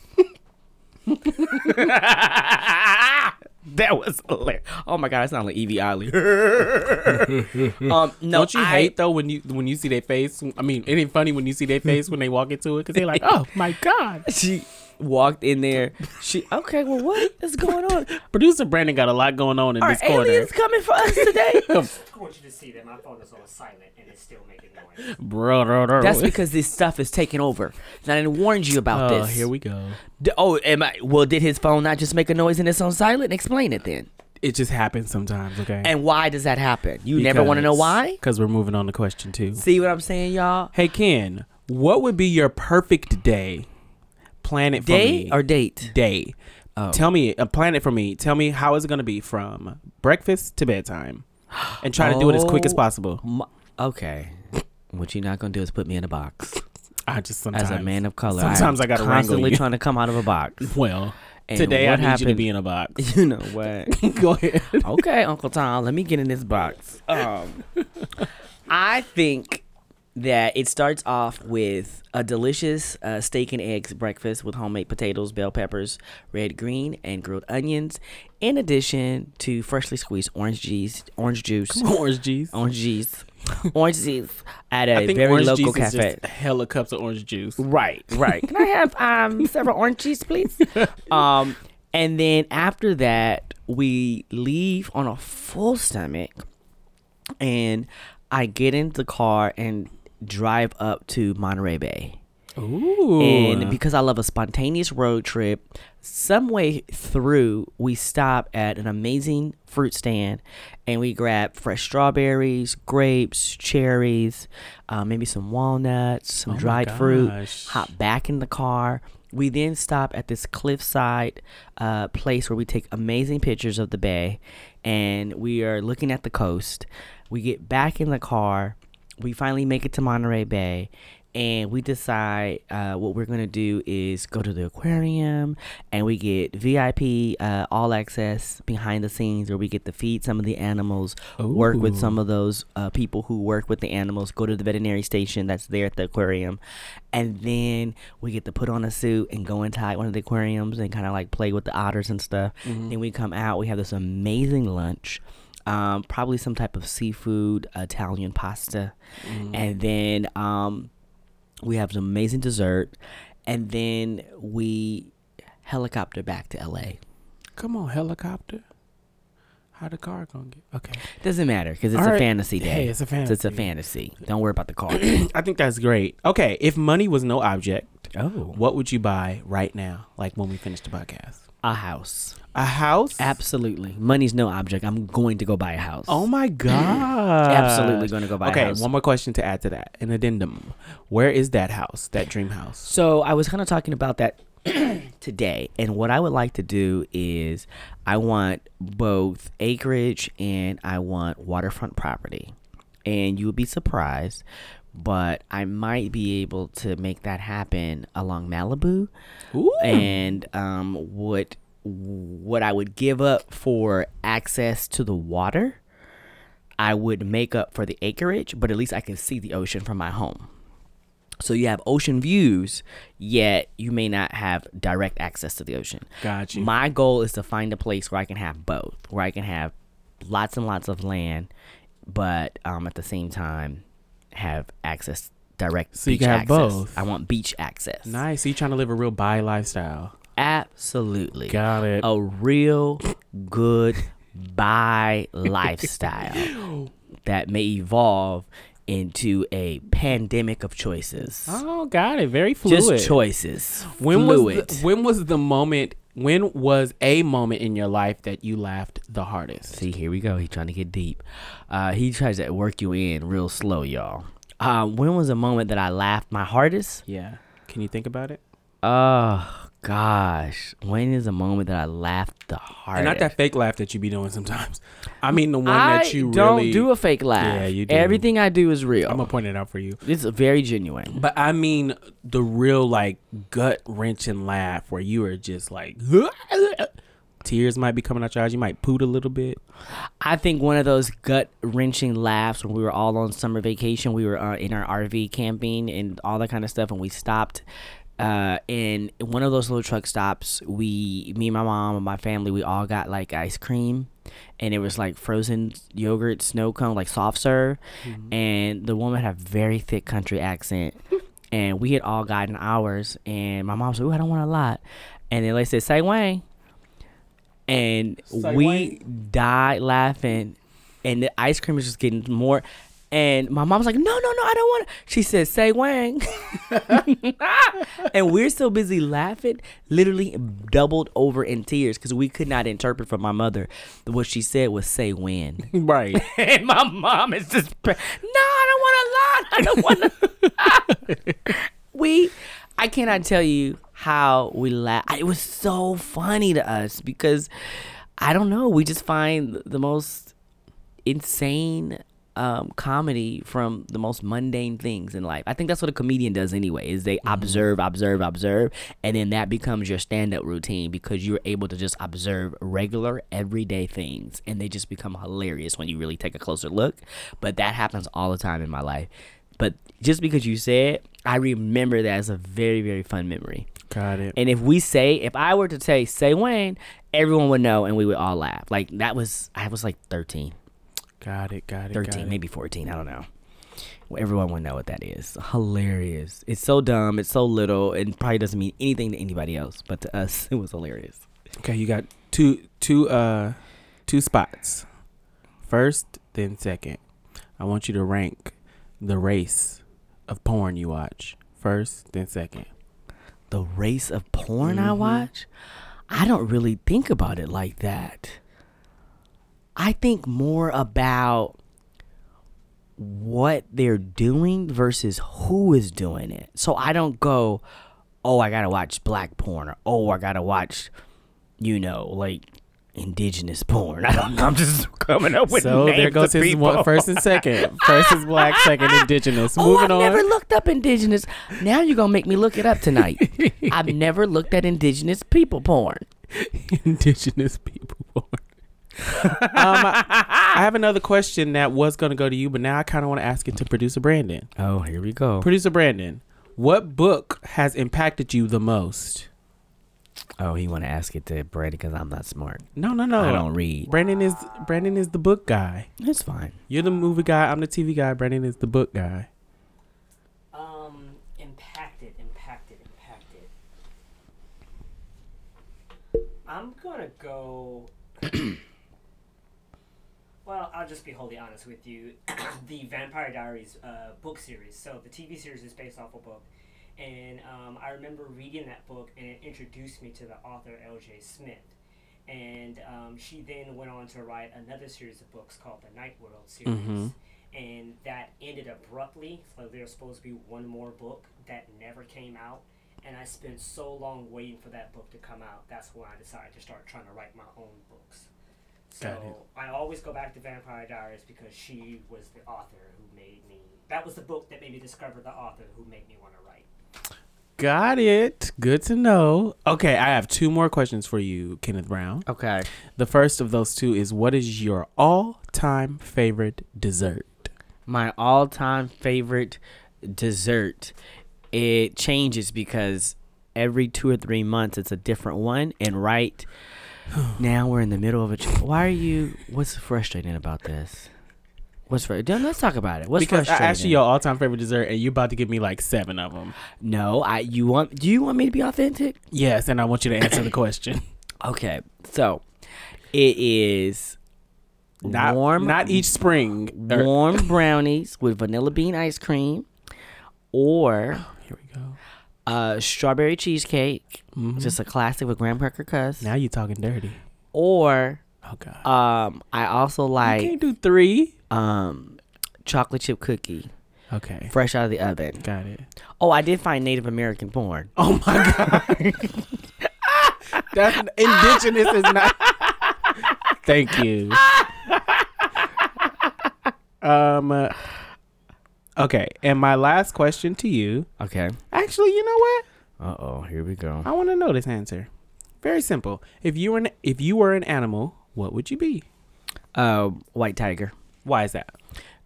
Speaker 6: That was hilarious.
Speaker 2: Oh my god, it sounded like Evie <laughs> Ollie. um, no,
Speaker 1: Don't you
Speaker 2: I-
Speaker 1: hate though when you when you see their face? I mean, it ain't funny when you see <laughs> their face when they walk into it because they're like, <laughs> "Oh my <laughs> god!"
Speaker 2: She walked in there. She okay. Well, what is going on?
Speaker 1: Producer Brandon got a lot going on in
Speaker 2: Are
Speaker 1: this corner,
Speaker 2: aliens coming for us <laughs> today?
Speaker 5: I want you to see that my phone is on silent and it's still making noise.
Speaker 1: bro. bro, bro.
Speaker 2: That's because this stuff is taking over. And I didn't warn you about
Speaker 1: Oh,
Speaker 2: this.
Speaker 1: here we go.
Speaker 2: D- oh, am I? Well, did his phone not just make a noise and it's on silent? Explain it then.
Speaker 1: It just happens sometimes, okay?
Speaker 2: And why does that happen? You never want to know why.
Speaker 1: Because 'cause we're moving on to question two.
Speaker 2: See what I'm saying, y'all?
Speaker 1: Hey Ken, what would be your perfect day? Plan it
Speaker 2: Day
Speaker 1: for me. Oh.
Speaker 2: or date?
Speaker 1: day. Tell me a planet for me. Tell me how it's gonna be from breakfast to bedtime, and try to do it as quick as
Speaker 6: Oh.
Speaker 1: possible.
Speaker 6: My, okay. What you're not gonna do is put me in a box.
Speaker 1: I just sometimes
Speaker 6: As a man of color,
Speaker 1: Sometimes
Speaker 6: I'm
Speaker 1: I gotta wrangle
Speaker 6: constantly
Speaker 1: you.
Speaker 6: trying to come out of a box.
Speaker 1: Well,
Speaker 6: And
Speaker 1: today I
Speaker 6: what
Speaker 1: need <laughs> you to
Speaker 6: happened-
Speaker 1: be in a box.
Speaker 6: You know what?
Speaker 1: <laughs> Go ahead.
Speaker 6: okay, Uncle Tom, let me get in this box.
Speaker 2: Um, I think that it starts off with a delicious uh, steak and eggs breakfast with homemade potatoes, bell peppers, red, green, and grilled onions, in addition to freshly squeezed orange juice, orange juice,
Speaker 1: <laughs> Orange juice.
Speaker 2: orange juice, <laughs> orange juice at
Speaker 1: I
Speaker 2: a
Speaker 1: think
Speaker 2: very
Speaker 1: orange
Speaker 2: local
Speaker 1: juice
Speaker 2: cafe.
Speaker 1: is just hella cups of orange juice.
Speaker 2: Right, right. Can I have <laughs> um several oranges, please? <laughs> um, and then after that, we leave on a full stomach, and I get in the car and drive up to Monterey Bay.
Speaker 1: Ooh.
Speaker 2: And because I love a spontaneous road trip, some way through, we stop at an amazing fruit stand and we grab fresh strawberries, grapes, cherries, uh, maybe some walnuts, some
Speaker 1: Oh my
Speaker 2: dried fruit.
Speaker 1: gosh.
Speaker 2: Hop back in the car. We then stop at this cliffside uh, place where we take amazing pictures of the bay and we are looking at the coast. We get back in the car. We finally make it to Monterey Bay and we decide uh, what we're gonna do is go to the aquarium, and we get VIP uh, all access behind the scenes, where we get to feed some of the animals, work with some of those uh, people who work with the animals, go to the veterinary station that's there at the aquarium, and then we get to put on a suit and go inside one of the aquariums and kind of like play with the otters and stuff. Then we come out, we have this amazing lunch um, probably some type of seafood Italian pasta, and then um, we have some amazing dessert, and then we helicopter back to LA.
Speaker 1: Come on, helicopter. How the car gonna get? Okay,
Speaker 2: Doesn't matter because it's
Speaker 1: All
Speaker 2: a
Speaker 1: right.
Speaker 2: fantasy day.
Speaker 1: Hey, it's a
Speaker 2: So it's a
Speaker 1: fantasy.
Speaker 2: fantasy. Don't worry about
Speaker 1: <clears throat>
Speaker 2: the car.
Speaker 1: <clears throat> I think that's great. Okay, if money was no object,
Speaker 2: oh,
Speaker 1: what would you buy right now? Like when we finish the podcast,
Speaker 2: a house.
Speaker 1: a house.
Speaker 2: Absolutely, money's no object. I'm going to go buy a house.
Speaker 1: Oh <clears throat> my god!
Speaker 2: Absolutely gonna go buy a
Speaker 1: Okay,
Speaker 2: house.
Speaker 1: one more question to add to that. An addendum. Where is that house? That dream house?
Speaker 2: So I was kind of talking about that <clears throat> today, and what I would like to do is I want both acreage and I want waterfront property, and you would be surprised, but I might be able to make that happen along Malibu, and um, what what I would give up for access to the water. I would make up for the acreage, but at least I can see the ocean from my home. So you have ocean views, yet you may not have direct access to the ocean.
Speaker 1: Got you.
Speaker 2: My goal is to find a place where I can have both, where I can have lots and lots of land, but um, at the same time have access direct.
Speaker 1: So you
Speaker 2: beach
Speaker 1: can have
Speaker 2: access.
Speaker 1: both.
Speaker 2: I want beach access.
Speaker 1: Nice. So you trying to live a real bi lifestyle?
Speaker 2: Absolutely.
Speaker 1: Got it.
Speaker 2: A real good bi
Speaker 1: <laughs>
Speaker 2: lifestyle that may evolve into a pandemic of choices.
Speaker 1: Oh, got it. Very fluid.
Speaker 2: Just choices.
Speaker 1: When
Speaker 2: fluid.
Speaker 1: was the, when was the moment? When was a moment in your life that you laughed the hardest?
Speaker 2: See, here we go. He trying to get deep. Uh, he tries to work you in real slow, y'all. Uh, when was the moment that I laughed my hardest?
Speaker 1: Yeah. Can you think about it?
Speaker 2: Oh gosh, when is the moment that I laughed the
Speaker 1: And
Speaker 2: hardest?
Speaker 1: not that fake laugh that you be doing sometimes. I mean the one
Speaker 2: I
Speaker 1: that you
Speaker 2: don't
Speaker 1: really.
Speaker 2: do a fake laugh.
Speaker 1: Yeah, you do.
Speaker 2: Everything I do is real.
Speaker 1: I'm gonna point it out for you.
Speaker 2: it's very genuine.
Speaker 1: But I mean the real like gut wrenching laugh where you are just like <laughs> tears might be coming out your eyes. You might poot a little bit.
Speaker 2: I think one of those gut wrenching laughs when we were all on summer vacation, we were uh, in our RV camping and all that kind of stuff, and we stopped. Uh, in one of those little truck stops, we, me, my mom, and my family, we all got like ice cream, and it was like frozen yogurt, snow cone, like soft serve, and the woman had a very thick country accent, and we had all gotten ours, and my mom said, "Ooh, I don't want a lot," and then they said, "Say Wayne," and we died laughing and the ice cream is just getting more and my mom's like no no no i don't want it. she said say wang <laughs> and we're so busy laughing literally doubled over in tears because we could not interpret from my mother what she said was say when
Speaker 1: <laughs> Right.
Speaker 2: and <laughs> my mom is just pre- no i don't want to lie i don't want to <laughs> we i cannot tell you how we laugh it was so funny to us because i don't know we just find the most insane um, comedy from the most mundane things in life i think that's what a comedian does anyway is they observe observe observe and then that becomes your stand-up routine because you're able to just observe regular everyday things and they just become hilarious when you really take a closer look but that happens all the time in my life but just because you said, I remember that as a very, very fun memory.
Speaker 1: Got it.
Speaker 2: And if we say, if I were to say, say Wayne, everyone would know and we would all laugh. Like that was, I was like 13,
Speaker 1: Got it. Got it.
Speaker 2: 13,
Speaker 1: got it.
Speaker 2: maybe 14. I don't know. Well, everyone would know what that is. Hilarious. It's so dumb. It's so little. It probably doesn't mean anything to anybody else, but to us, <laughs> it was hilarious.
Speaker 1: Okay, you got two two uh two spots. First, then second. I want you to rank the race of porn you watch. First, then second.
Speaker 2: The race of porn
Speaker 6: Mm-hmm.
Speaker 2: I watch, I don't really think about it like that. I think more about what they're doing versus who is doing it. So I don't go, oh, I gotta watch black porn or oh, I gotta watch, you know, like <laughs>
Speaker 6: indigenous porn. I don't know. I'm just coming up with
Speaker 1: So there
Speaker 6: names
Speaker 1: goes
Speaker 6: of
Speaker 1: his
Speaker 6: people.
Speaker 1: one, first
Speaker 6: <laughs>
Speaker 1: and second. First is black, second indigenous.
Speaker 6: Oh,
Speaker 1: Moving
Speaker 6: I've
Speaker 1: on.
Speaker 6: never looked up indigenous. Now you're gonna make me look it up tonight.
Speaker 2: <laughs>
Speaker 6: I've never looked at indigenous people porn.
Speaker 1: <laughs> indigenous people born. um, I, I have another question that was going to go to you, but now I kind of want to ask it to producer Brandon.
Speaker 6: Oh, here we go.
Speaker 1: Producer Brandon, what book has impacted you the most?
Speaker 6: Oh, he want to ask it to Brady because I'm not smart.
Speaker 1: No, no, no.
Speaker 2: Oh.
Speaker 6: I don't read.
Speaker 1: Brandon is Brandon is the book guy.
Speaker 6: That's fine.
Speaker 1: You're the movie guy. I'm the TV guy. Brandon is the book guy.
Speaker 5: Um, impacted, impacted, impacted. I'm gonna go. well, I'll just be wholly honest with you. <coughs> the Vampire Diaries uh, book series. So the TV series is based off a book, and um, I remember reading that book, and it introduced me to the author L.J. Smith. And um, she then went on to write another series of books called the Night World series and that ended abruptly. So there was supposed to be one more book that never came out, and I spent so long waiting for that book to come out. That's when I decided to start trying to write my own books. So I always go back to Vampire Diaries because she was the author who made me. That was the book that made me discover the author who made me want to write.
Speaker 1: Got it. Good to know. Okay, I have two more questions for you, Kenneth Brown.
Speaker 2: Okay.
Speaker 1: The first of those two is what is your all-time favorite dessert?
Speaker 2: my all-time favorite dessert it changes because every two or three months it's a different one and
Speaker 6: <sighs>
Speaker 2: right now we're in the middle of a tr- why are you what's frustrating about this what's fr- Then let's talk about it what's
Speaker 1: because I
Speaker 2: frustrating
Speaker 1: asked you your all-time favorite dessert, and you're about to give me like seven of them.
Speaker 2: no i you want do you want me to be authentic
Speaker 1: Yes, and I want you to answer the question. <laughs>
Speaker 2: okay so it is
Speaker 1: Not
Speaker 2: warm
Speaker 1: not each spring. Er, or-
Speaker 2: warm brownies with vanilla bean ice cream or
Speaker 1: here we go.
Speaker 2: uh, strawberry cheesecake, just a classic with graham cracker crust.
Speaker 1: Now you're talking dirty.
Speaker 2: Or
Speaker 1: Oh God.
Speaker 2: um, I also
Speaker 1: you
Speaker 2: like
Speaker 1: can't do three.
Speaker 2: um, chocolate chip cookie,
Speaker 1: Okay.
Speaker 2: fresh out of the oven.
Speaker 1: Got it.
Speaker 2: Oh, I did find Native American porn.
Speaker 1: Oh my <laughs> God. That's indigenous is not. Thank you. um. uh, okay, and my last question to you.
Speaker 2: Okay.
Speaker 1: Actually, you know what?
Speaker 2: Uh oh, here we go.
Speaker 1: I want to know this answer. Very simple. If you were an if you were an animal, what would you be?
Speaker 2: Uh, white tiger,
Speaker 1: Why is that?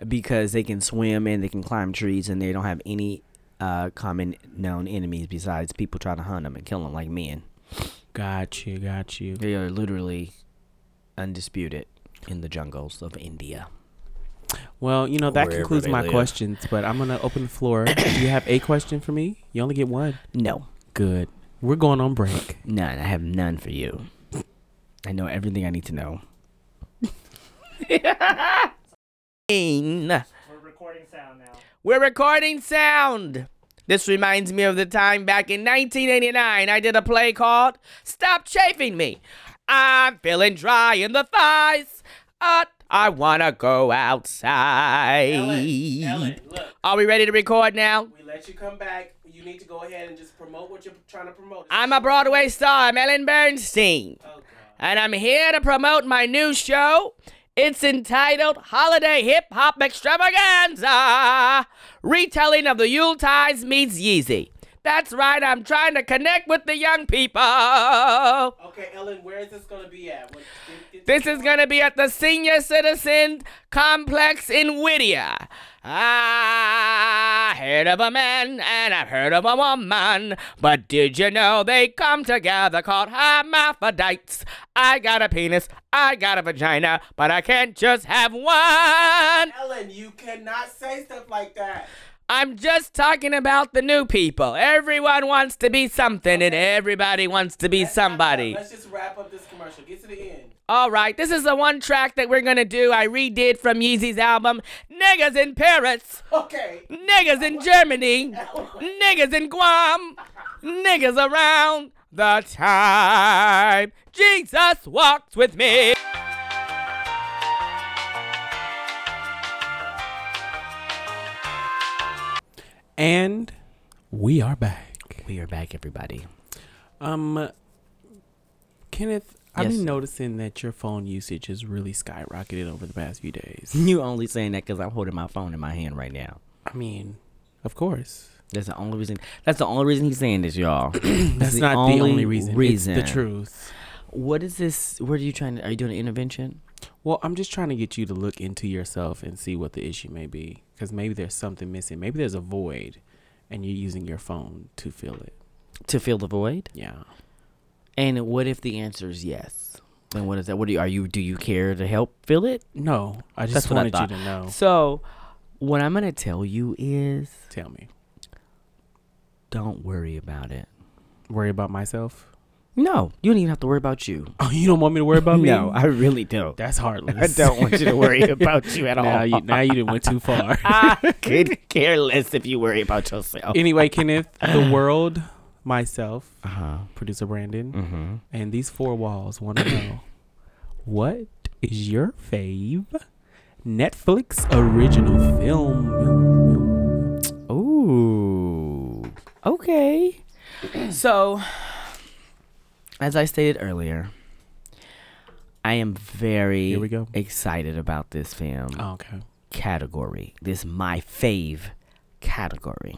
Speaker 2: because they can swim and they can climb trees and they don't have any uh, common known enemies besides people trying to hunt them and kill them like men.
Speaker 1: Got you, got you.
Speaker 2: They are literally undisputed in the jungles of India.
Speaker 1: Well, you know that
Speaker 6: Wherever
Speaker 1: concludes
Speaker 6: they
Speaker 1: my
Speaker 6: live.
Speaker 1: questions, but I'm gonna open the floor. Do you have a question for me? You only get one.
Speaker 2: No.
Speaker 1: Good. We're going on break.
Speaker 2: None. I have none for you. I know everything I need to know. Pain.
Speaker 5: We're recording sound now.
Speaker 2: We're recording sound. This reminds me of the time back in 1989 I did a play called Stop Chafing Me. I'm feeling dry in the thighs. Uh, I want to go outside.
Speaker 1: Ellen, Ellen, look,
Speaker 2: Are we ready to record now?
Speaker 1: we let you come back. You need to go ahead and just promote what you're trying to promote.
Speaker 2: I'm a Broadway star. I'm Ellen Bernstein.
Speaker 1: Oh, God.
Speaker 2: and I'm here to promote my new show. It's entitled Holiday Hip Hop Extravaganza Retelling of the Yuletides Meets Yeezy. That's right, I'm trying to connect with the young people.
Speaker 1: Okay, Ellen, where is this gonna be at? What,
Speaker 2: This is going to be at the Senior Citizen Complex in Whittier. I heard of a man and I've heard of a woman, but did you know they come together called hermaphrodites? I got a penis, I got a vagina, but I can't just have one.
Speaker 1: Ellen, you cannot say stuff like that.
Speaker 2: I'm just talking about the new people. Everyone wants to be something and everybody wants to be somebody.
Speaker 1: Let's just wrap up this commercial. Get to the end.
Speaker 2: All right, this is the one track that we're gonna do. I redid from Yeezy's album, Niggas in Paris,
Speaker 1: Okay.
Speaker 2: Niggas in Germany, Niggas in Guam, Niggas around the time. Jesus walked with me.
Speaker 1: And we are back.
Speaker 2: We are back, everybody.
Speaker 1: Um, Kenneth, I've
Speaker 2: Yes,
Speaker 1: been
Speaker 2: sir.
Speaker 1: noticing that your phone usage has really skyrocketed over the past few days.
Speaker 2: <laughs> You only saying that because I'm holding my phone in my hand right now.
Speaker 1: I mean, of course.
Speaker 2: That's the only reason. That's the only reason he's saying this, <clears throat> y'all.
Speaker 1: That's
Speaker 2: the
Speaker 1: not the
Speaker 2: only
Speaker 1: only reason.
Speaker 2: reason.
Speaker 1: It's the truth.
Speaker 2: what is this? What are you trying to? Are you doing an intervention?
Speaker 1: Well, I'm just trying to get you to look into yourself and see what the issue may be. Because maybe there's something missing. Maybe there's a void and you're using your phone to fill it.
Speaker 2: to fill the void?
Speaker 1: Yeah.
Speaker 2: And what if the answer is yes? Then what is that? What do you, are you? Do you care to help fill it?
Speaker 1: No, I just
Speaker 2: That's what I
Speaker 1: wanted you
Speaker 2: thought.
Speaker 1: to know.
Speaker 2: So, what I'm gonna tell you is,
Speaker 1: Tell me.
Speaker 2: don't worry about it.
Speaker 1: Worry about myself?
Speaker 2: No, you don't even have to worry about you.
Speaker 1: Oh, you don't want me to worry about me?
Speaker 2: no, I really <laughs> don't.
Speaker 1: That's heartless.
Speaker 2: I don't want you to
Speaker 1: <laughs>
Speaker 2: worry about you at all.
Speaker 1: now you now you didn't went too
Speaker 2: <laughs>
Speaker 1: far.
Speaker 2: I could care less if you worry about yourself.
Speaker 1: anyway, Kenneth, the world, myself,
Speaker 2: Uh huh.
Speaker 1: producer Brandon,
Speaker 2: Mm-hmm.
Speaker 1: and these four walls want to know <coughs> what is your fave Netflix original film?
Speaker 2: Ooh. Okay. so, as I stated earlier, I am very
Speaker 1: Here we go.
Speaker 2: excited about this film
Speaker 1: Oh, okay.
Speaker 2: category. This my fave category.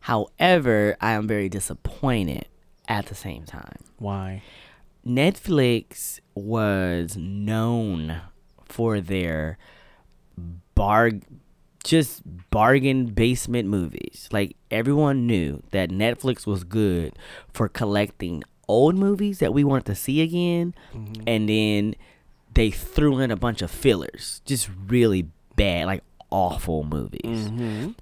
Speaker 2: However, I am very disappointed at the same time.
Speaker 1: Why?
Speaker 2: Netflix was known for their barg just bargain basement movies. Like everyone knew that Netflix was good for collecting old movies that we wanted to see again and then they threw in a bunch of fillers. Just really bad, like awful movies.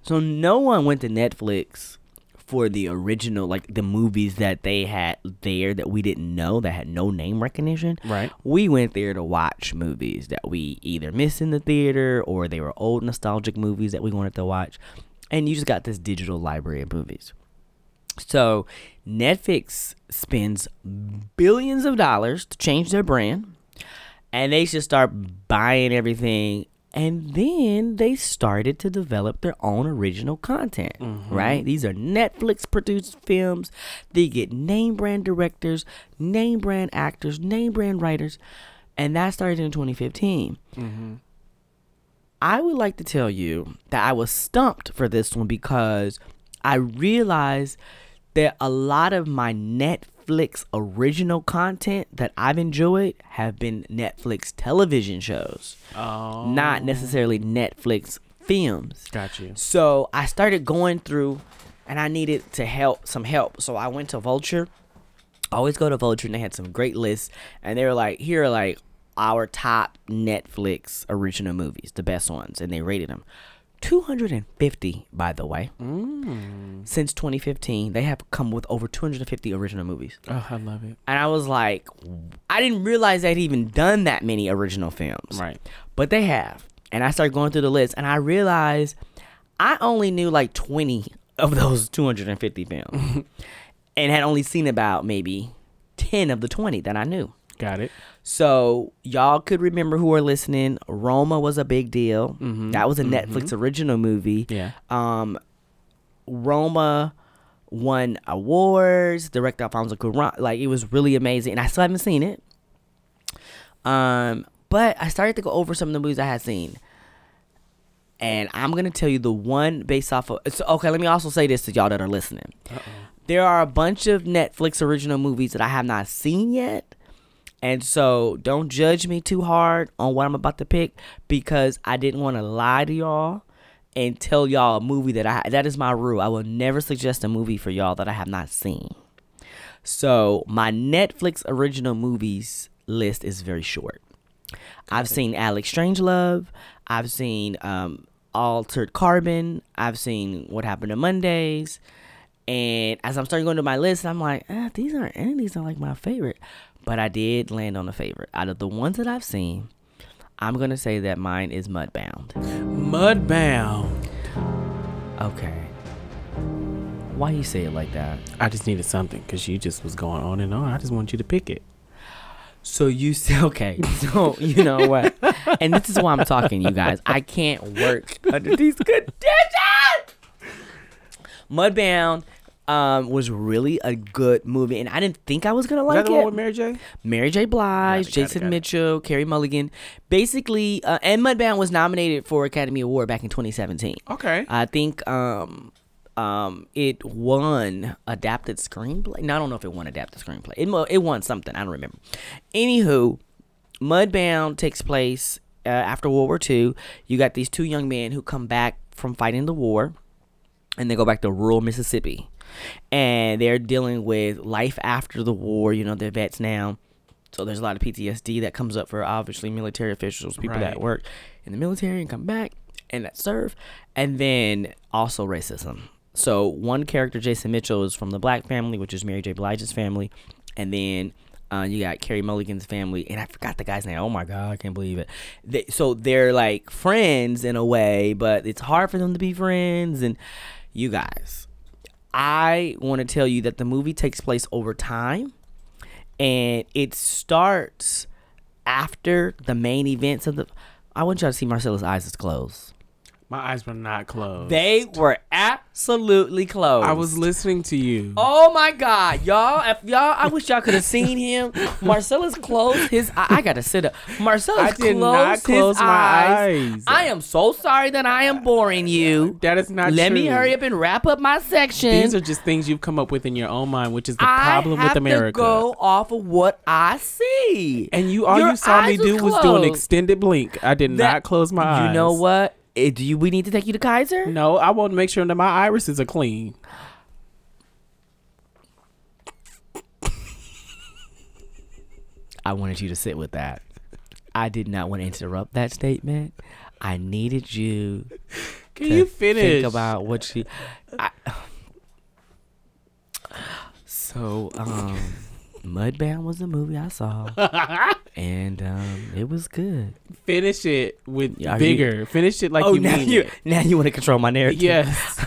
Speaker 2: So no one went to Netflix for the original, like the movies that they had there that we didn't know that had no name recognition.
Speaker 1: Right.
Speaker 2: We went there to watch movies that we either missed in the theater or they were old nostalgic movies that we wanted to watch. And you just got this digital library of movies. So Netflix spends billions of dollars to change their brand and they should start buying everything. And then they started to develop their own original content, right? These are Netflix produced films. They get name brand directors, name brand actors, name brand writers. And that started in 2015. I would like to tell you that I was stumped for this one because I realized that a lot of my Netflix original content that I've enjoyed have been Netflix television shows,
Speaker 1: Oh,
Speaker 2: not necessarily Netflix films.
Speaker 1: got you.
Speaker 2: So I started going through and I needed to help some help. So I went to Vulture. I always go to Vulture and they had some great lists and they were like, here are like our top Netflix original movies, the best ones, and they rated them. 250, by the way.
Speaker 1: Mm.
Speaker 2: Since 2015, they have come with over 250 original movies.
Speaker 1: Oh, I love it.
Speaker 2: And I was like, I didn't realize they'd even done that many original films.
Speaker 1: Right.
Speaker 2: But they have. And I started going through the list and I realized I only knew like 20 of those 250 films and had only seen about maybe 10 of the 20 that I knew.
Speaker 1: Got it.
Speaker 2: So y'all could remember who are listening. Roma was a big deal. That was a Netflix original movie.
Speaker 1: Yeah.
Speaker 2: Um, Roma won awards. Director Alfonso Cuarón. Like it was really amazing, and I still haven't seen it. Um, but I started to go over some of the movies I had seen. And I'm gonna tell you the one based off of. So, okay, let me also say this to y'all that are listening. There are a bunch of Netflix original movies that I have not seen yet, and so don't judge me too hard on what I'm about to pick because I didn't want to lie to y'all and tell y'all a movie that I that is my rule. I will never suggest a movie for y'all that I have not seen. So my Netflix original movies list is very short. I've seen Alex Strangelove. I've seen um, Altered Carbon. I've seen What Happened to Mondays. And as I'm starting going to my list, I'm like, ah, these aren't any of these are like my favorite. But I did land on a favorite. Out of the ones that I've seen, I'm gonna say that mine is Mudbound.
Speaker 1: Mudbound.
Speaker 2: Okay. Why you say it like that?
Speaker 1: I just needed something because you just was going on and on. I just want you to pick it.
Speaker 2: So you say <laughs> okay. So you know what? and this is why I'm talking, you guys. I can't work under these conditions. Mudbound um, was really a good movie, and I didn't think I was gonna
Speaker 1: that
Speaker 2: like
Speaker 1: the one
Speaker 2: it.
Speaker 1: with Mary J?
Speaker 2: Mary J. Blige,
Speaker 1: Got it, got it,
Speaker 2: Jason
Speaker 1: got it.
Speaker 2: Mitchell, Carrie Mulligan, basically, uh, and Mudbound was nominated for Academy Award back in 2017.
Speaker 1: Okay.
Speaker 2: I think um um it won adapted screenplay. No, I don't know if it won adapted screenplay. It mo- it won something. I don't remember. Anywho, Mudbound takes place uh, after World War II. You got these two young men who come back from fighting the war, and they go back to rural Mississippi, and they're dealing with life after the war. You know, they're vets now. So there's a lot of PTSD that comes up for obviously military officials, people that
Speaker 1: Right.
Speaker 2: work in the military and come back and that serve, and then also racism. So one character, Jason Mitchell, is from the black family, which is Mary J. Blige's family, and then uh, you got Carrie Mulligan's family, and I forgot the guy's name. Oh my god, I can't believe it. They, so they're like friends in a way, but it's hard for them to be friends. And you guys, I want to tell you that the movie takes place over time and it starts after the main events of the. I want y'all to see Marcella's eyes is closed.
Speaker 1: My eyes were not closed.
Speaker 2: They were absolutely closed.
Speaker 1: I was listening to you.
Speaker 2: Oh my God, y'all! If y'all, I wish y'all could have
Speaker 1: <laughs>
Speaker 2: seen him. Marcella's closed his. I, I gotta sit up. Marcella's
Speaker 1: I did
Speaker 2: closed
Speaker 1: not close
Speaker 2: his
Speaker 1: my
Speaker 2: eyes.
Speaker 1: eyes.
Speaker 2: I am so sorry that I am boring you.
Speaker 1: That is not
Speaker 2: Let
Speaker 1: true.
Speaker 2: me hurry up and wrap up my section.
Speaker 1: These are just things you've come up with in your own mind, which is the problem
Speaker 2: I have
Speaker 1: with America.
Speaker 2: To go off of what I see.
Speaker 1: And you, all
Speaker 2: Your
Speaker 1: you saw me
Speaker 2: eyes
Speaker 1: do
Speaker 2: was
Speaker 1: was do an
Speaker 2: closed.
Speaker 1: extended blink. I did
Speaker 2: That-
Speaker 1: not close my eyes.
Speaker 2: You know what? Eh, do you, we need to take you to Kaiser?
Speaker 1: No, I want to make sure that my irises are clean.
Speaker 2: I wanted you to sit with that. I did not want to interrupt that statement. I needed you
Speaker 1: Can
Speaker 2: to
Speaker 1: you finish?
Speaker 2: think about what she. I, so, <laughs> um, Mudbound was a movie I <laughs> saw, and um, it was good.
Speaker 1: finish it with
Speaker 2: Yeah, I
Speaker 1: bigger. finish it like you mean <laughs> it.
Speaker 2: now you want to control my narrative.
Speaker 1: Yes.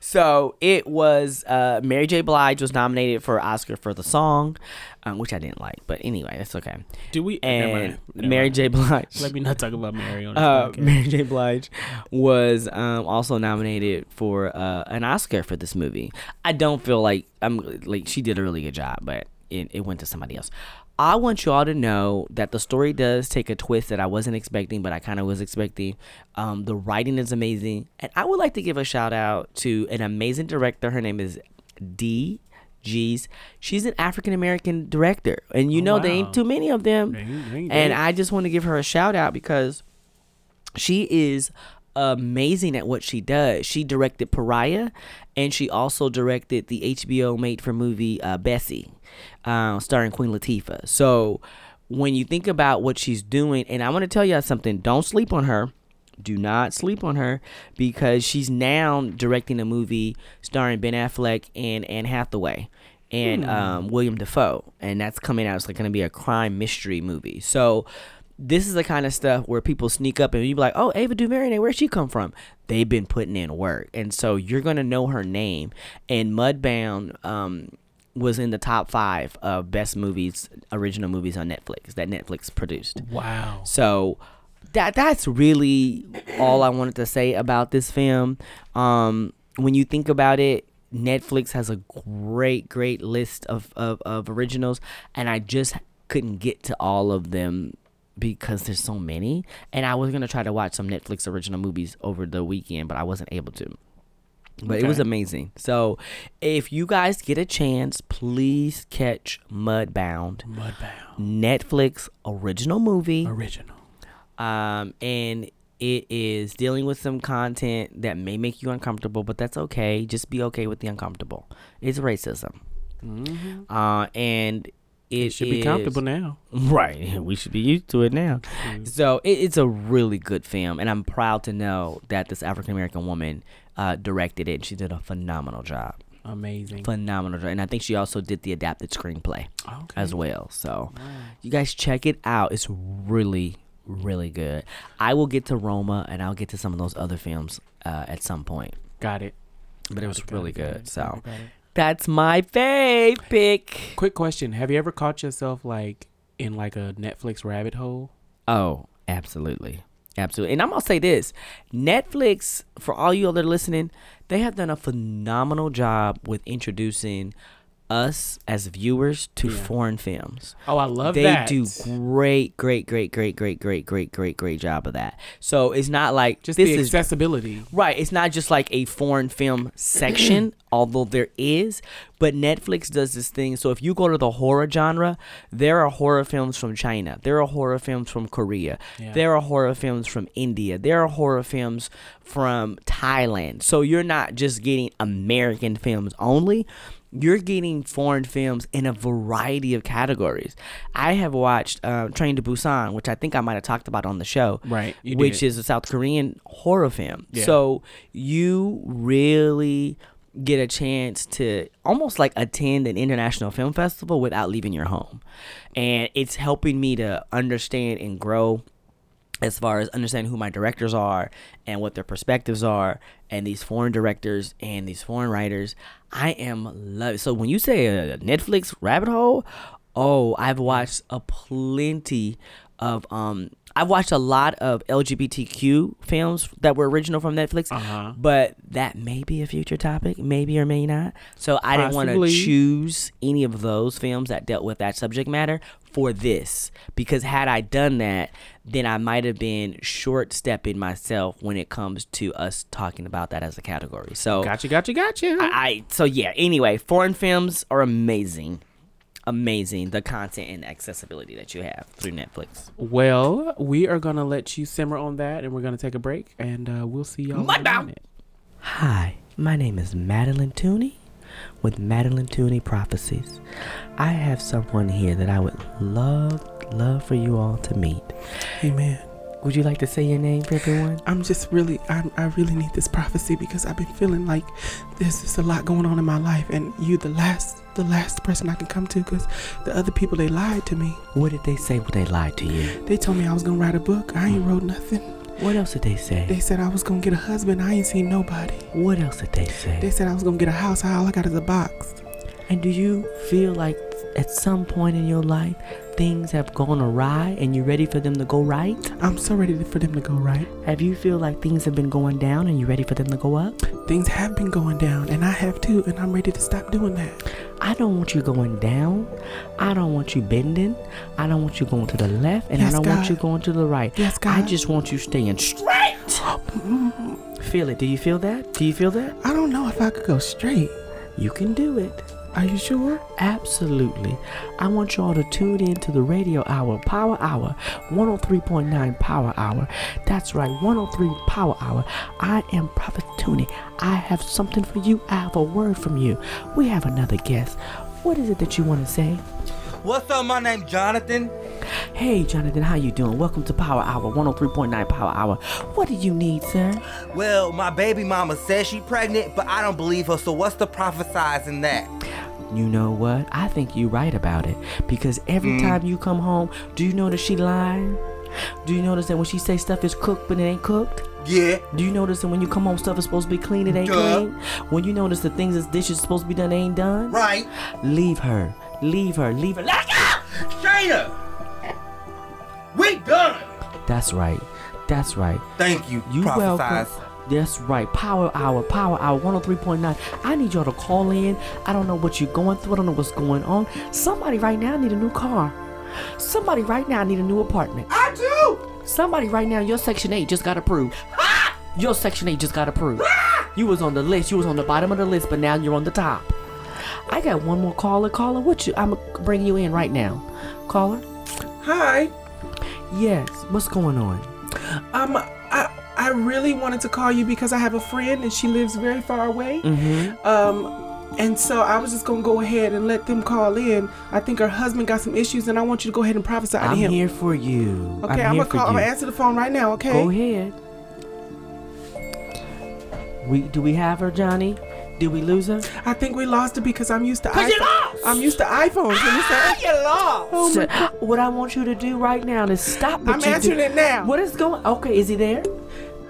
Speaker 2: So it was uh, Mary J. Blige was nominated for Oscar for the song, um, which I didn't like, but anyway, that's okay.
Speaker 1: Do we? never mind,
Speaker 2: And
Speaker 1: never
Speaker 2: Mary
Speaker 1: mind.
Speaker 2: J. Blige,
Speaker 1: Let me not talk about Mary on this
Speaker 2: uh,
Speaker 1: podcast.
Speaker 2: Mary J. Blige was um, also nominated for uh, an Oscar for this movie. I don't feel like I'm like she did a really good job, but it, it went to somebody else. I want you all to know that the story does take a twist that I wasn't expecting, but I kind of was expecting. Um, the writing is amazing, and I would like to give a shout out to an amazing director. Her name is D. G's. She's an African American director, and you
Speaker 1: Oh,
Speaker 2: know there
Speaker 1: wow.
Speaker 2: ain't too many of them.
Speaker 1: Dang, dang,
Speaker 2: And
Speaker 1: dang.
Speaker 2: I just want to give her a shout out because she is amazing at what she does. She directed Pariah, and she also directed the HBO made for movie uh, Bessie, uh, starring Queen Latifah. So when you think about what she's doing, and I want to tell y'all something: don't sleep on her. Do not sleep on her because she's now directing a movie starring Ben Affleck and Anne Hathaway and um, William Defoe, and that's coming out. It's like going to be a crime mystery movie. So this is the kind of stuff where people sneak up and you be like, "Oh, Ava DuVernay, where'd she come from?" They've been putting in work, and so you're gonna know her name. And Mudbound um, was in the top five of best movies, original movies on Netflix that Netflix produced.
Speaker 1: wow.
Speaker 2: So that that's really all I wanted to say about this film. Um, when you think about it, Netflix has a great, great list of, of, of originals, and I just couldn't get to all of them because there's so many. And I was gonna try to watch some Netflix original movies over the weekend, but I wasn't able to but it was amazing. So, if you guys get a chance, please catch Mudbound,
Speaker 1: Mudbound.
Speaker 2: Netflix original movie.
Speaker 1: Original.
Speaker 2: Um, and it is dealing with some content that may make you uncomfortable, but that's okay. Just be okay with the uncomfortable. It's racism. Uh, and it,
Speaker 1: It Mm-hmm. should be
Speaker 2: is-
Speaker 1: comfortable now.
Speaker 2: <laughs>
Speaker 1: Mm-hmm.
Speaker 2: Right. We should be used to it now. So it, it's a really good film, and I'm proud to know that this African American woman uh, directed it. She did a phenomenal job.
Speaker 1: Mm-hmm. Amazing.
Speaker 2: Phenomenal job. And I think she also did the adapted screenplay
Speaker 1: Okay.
Speaker 2: as well. So you guys check it out. It's really, really good. I will get to Roma and I'll get to some of those other films uh, at some point.
Speaker 1: Got it.
Speaker 2: But it was
Speaker 1: Got
Speaker 2: really
Speaker 1: got got
Speaker 2: good.
Speaker 1: got
Speaker 2: So
Speaker 1: it, got it.
Speaker 2: that's my fave pick.
Speaker 1: Quick question: Have you ever caught yourself like in like a Netflix rabbit hole?
Speaker 2: Oh, absolutely. Absolutely. And I'm going to say this Netflix, for all you all that are listening, they have done a phenomenal job with introducing us as viewers to foreign films.
Speaker 1: Oh, I love
Speaker 2: they
Speaker 1: that.
Speaker 2: do great, great, great, great, great, great, great, great, great job of that. So it's not like
Speaker 1: Just
Speaker 2: this
Speaker 1: the
Speaker 2: is
Speaker 1: accessibility.
Speaker 2: Right. It's not just like a foreign film
Speaker 1: <clears throat>
Speaker 2: section, although there is, but Netflix does this thing. So if you go to the horror genre, there are horror films from China. There are horror films from Korea. There are horror films from India. There are horror films from Thailand. So you're not just getting American films only. You're getting foreign films in a variety of categories. I have watched uh, Train to Busan, which I think I might have talked about on the show,
Speaker 1: Right, you
Speaker 2: Which
Speaker 1: did.
Speaker 2: is is a South Korean horror film. So you really get a chance to almost like attend an international film festival without leaving your home. And it's helping me to understand and grow as far as understanding who my directors are and what their perspectives are and these foreign directors and these foreign writers i am love so when you say a netflix rabbit hole oh i've watched a plenty of um i've watched a lot of lgbtq films that were original from netflix but that may be a future topic maybe or may not so i didn't want to
Speaker 1: Possibly.
Speaker 2: choose choose any of those films that dealt with that subject matter for this because had I done that, then I might have been short stepping myself when it comes to us talking about that as a category. So
Speaker 1: Gotcha, gotcha, gotcha.
Speaker 2: I, I so yeah. Anyway, foreign films are amazing, amazing. The content and accessibility that you have through Netflix.
Speaker 1: well, we are gonna let you simmer on that, and we're gonna take a break, and uh, we'll see y'all.
Speaker 2: My
Speaker 1: in
Speaker 2: bow.
Speaker 1: a minute.
Speaker 2: Hi, my name is Madeline Tooney with Madeline Tooney Prophecies. I have someone here that I would love, love for you all to meet.
Speaker 1: Hey, man.
Speaker 2: Would you like to say your name for everyone?
Speaker 1: I'm just really, I'm, I really need this prophecy because I've been feeling like there's just a lot going on in my life, and you, the last, the last person I can come to, because the other people they lied to me.
Speaker 2: What did they say when they lied to you?
Speaker 1: They told me I was gonna write a book. I ain't wrote nothing.
Speaker 2: What else did they say?
Speaker 1: They said I was gonna get a husband. I ain't seen nobody.
Speaker 2: What else did they say?
Speaker 1: They said I was gonna get a house. All I got is a box.
Speaker 2: And do you feel like at some point in your life things have gone awry and you're ready for them to go right?
Speaker 1: I'm so ready for them to go right.
Speaker 2: Have you feel like things have been going down and you're ready for them to go up?
Speaker 1: Things have been going down, and I have too, and I'm ready to stop doing that.
Speaker 2: I don't want you going down. I don't want you bending. I don't want you going to the left, and I
Speaker 1: Yes,
Speaker 2: don't want
Speaker 1: God.
Speaker 2: you going to the right.
Speaker 1: Yes,
Speaker 2: I
Speaker 1: God.
Speaker 2: just want you staying <gasps> straight. feel it. Do you feel that? Do you feel that?
Speaker 1: I don't know if I could go straight.
Speaker 2: You can do it.
Speaker 1: Are you sure?
Speaker 2: Absolutely. I want y'all to tune in to the radio hour, Power Hour, 103.9 Power Hour. That's right, 103 Power Hour. I am Prophet Tuni. I have something for you. I have a word from you. We have another guest. What is it that you want to say?
Speaker 7: What's up? My name's Jonathan.
Speaker 2: Hey, Jonathan, how you doing? Welcome to Power Hour, 103.9 Power Hour. What do you need, sir?
Speaker 7: Well, my baby mama says she pregnant, but I don't believe her. So what's the prophesizing that?
Speaker 2: You know what? I think you're right about it because every
Speaker 7: Mm.
Speaker 2: time you come home, do you notice she lying? Do you notice that when she say stuff is cooked but it ain't cooked?
Speaker 7: Yeah.
Speaker 2: Do you notice that when you come home, stuff is supposed to be clean, it ain't
Speaker 7: Duh.
Speaker 2: clean? When you notice the things that's dishes supposed to be done, they ain't done?
Speaker 7: Right.
Speaker 2: Leave her. Leave her. Leave her. Let her go!
Speaker 7: Shayna. We done.
Speaker 2: That's right. That's right.
Speaker 7: Thank you.
Speaker 2: You
Speaker 7: prophesize.
Speaker 2: welcome. That's right. Power hour, power hour, 103.9. I need y'all to call in. I don't know what you're going through. I don't know what's going on. Somebody right now need a new car. Somebody right now need a new apartment.
Speaker 7: I do.
Speaker 2: Somebody right now, your section 8 just got approved. <laughs> Your section 8 just
Speaker 1: <laughs>
Speaker 2: got approved. You was on the list. You was on the bottom of the list, but now you're on the top. I got one more caller. Caller, what you I'm bringing you in right now. Caller?
Speaker 1: Hi.
Speaker 2: Yes. What's going on?
Speaker 1: Um, I I really wanted to call you because I have a friend and she lives very far away.
Speaker 2: Mm-hmm.
Speaker 1: Um, and so I was just gonna go ahead and let them call in. I think her husband got some issues, and I want you to go ahead and prophesy to
Speaker 2: I'm
Speaker 1: him.
Speaker 2: here for you.
Speaker 1: Okay,
Speaker 2: I'm
Speaker 1: I'm,
Speaker 2: here
Speaker 1: gonna
Speaker 2: for
Speaker 1: call. I'm
Speaker 2: you.
Speaker 1: gonna answer the phone right now. Okay.
Speaker 2: Go ahead. We do we have her, Johnny? Did we lose her?
Speaker 1: I think we lost it because I'm used to iPhones. I'm used to iPhones. and it's like- Oh my-
Speaker 2: Sir, what I want you to do right now is stop. What
Speaker 1: I'm
Speaker 2: you
Speaker 1: answering
Speaker 2: do.
Speaker 1: it now.
Speaker 2: What is going? Okay, is he there?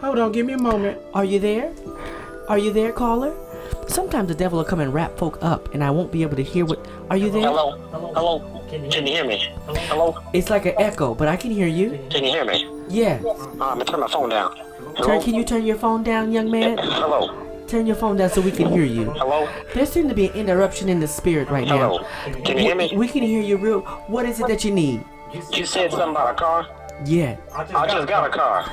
Speaker 1: Hold on, give me a moment.
Speaker 2: Are you there? Are you there, caller? Sometimes the devil will come and wrap folk up, and I won't be able to hear what. Are you there?
Speaker 8: Hello, hello, can you hear me? Hello,
Speaker 2: It's like an echo, but I can hear you.
Speaker 8: can you hear me?
Speaker 6: Yeah.
Speaker 8: Um, turn my phone down. Hello?
Speaker 6: Turn, can you turn your phone down, young man?
Speaker 8: Hello?
Speaker 6: Turn your phone down so we can hear you.
Speaker 8: Hello?
Speaker 6: There seems to be an interruption in the spirit right now.
Speaker 8: Hello? Can you hear
Speaker 6: We,
Speaker 8: me?
Speaker 6: we can hear you real. What is it that you need?
Speaker 8: You said something about a car?
Speaker 6: Yeah.
Speaker 8: I just got a car.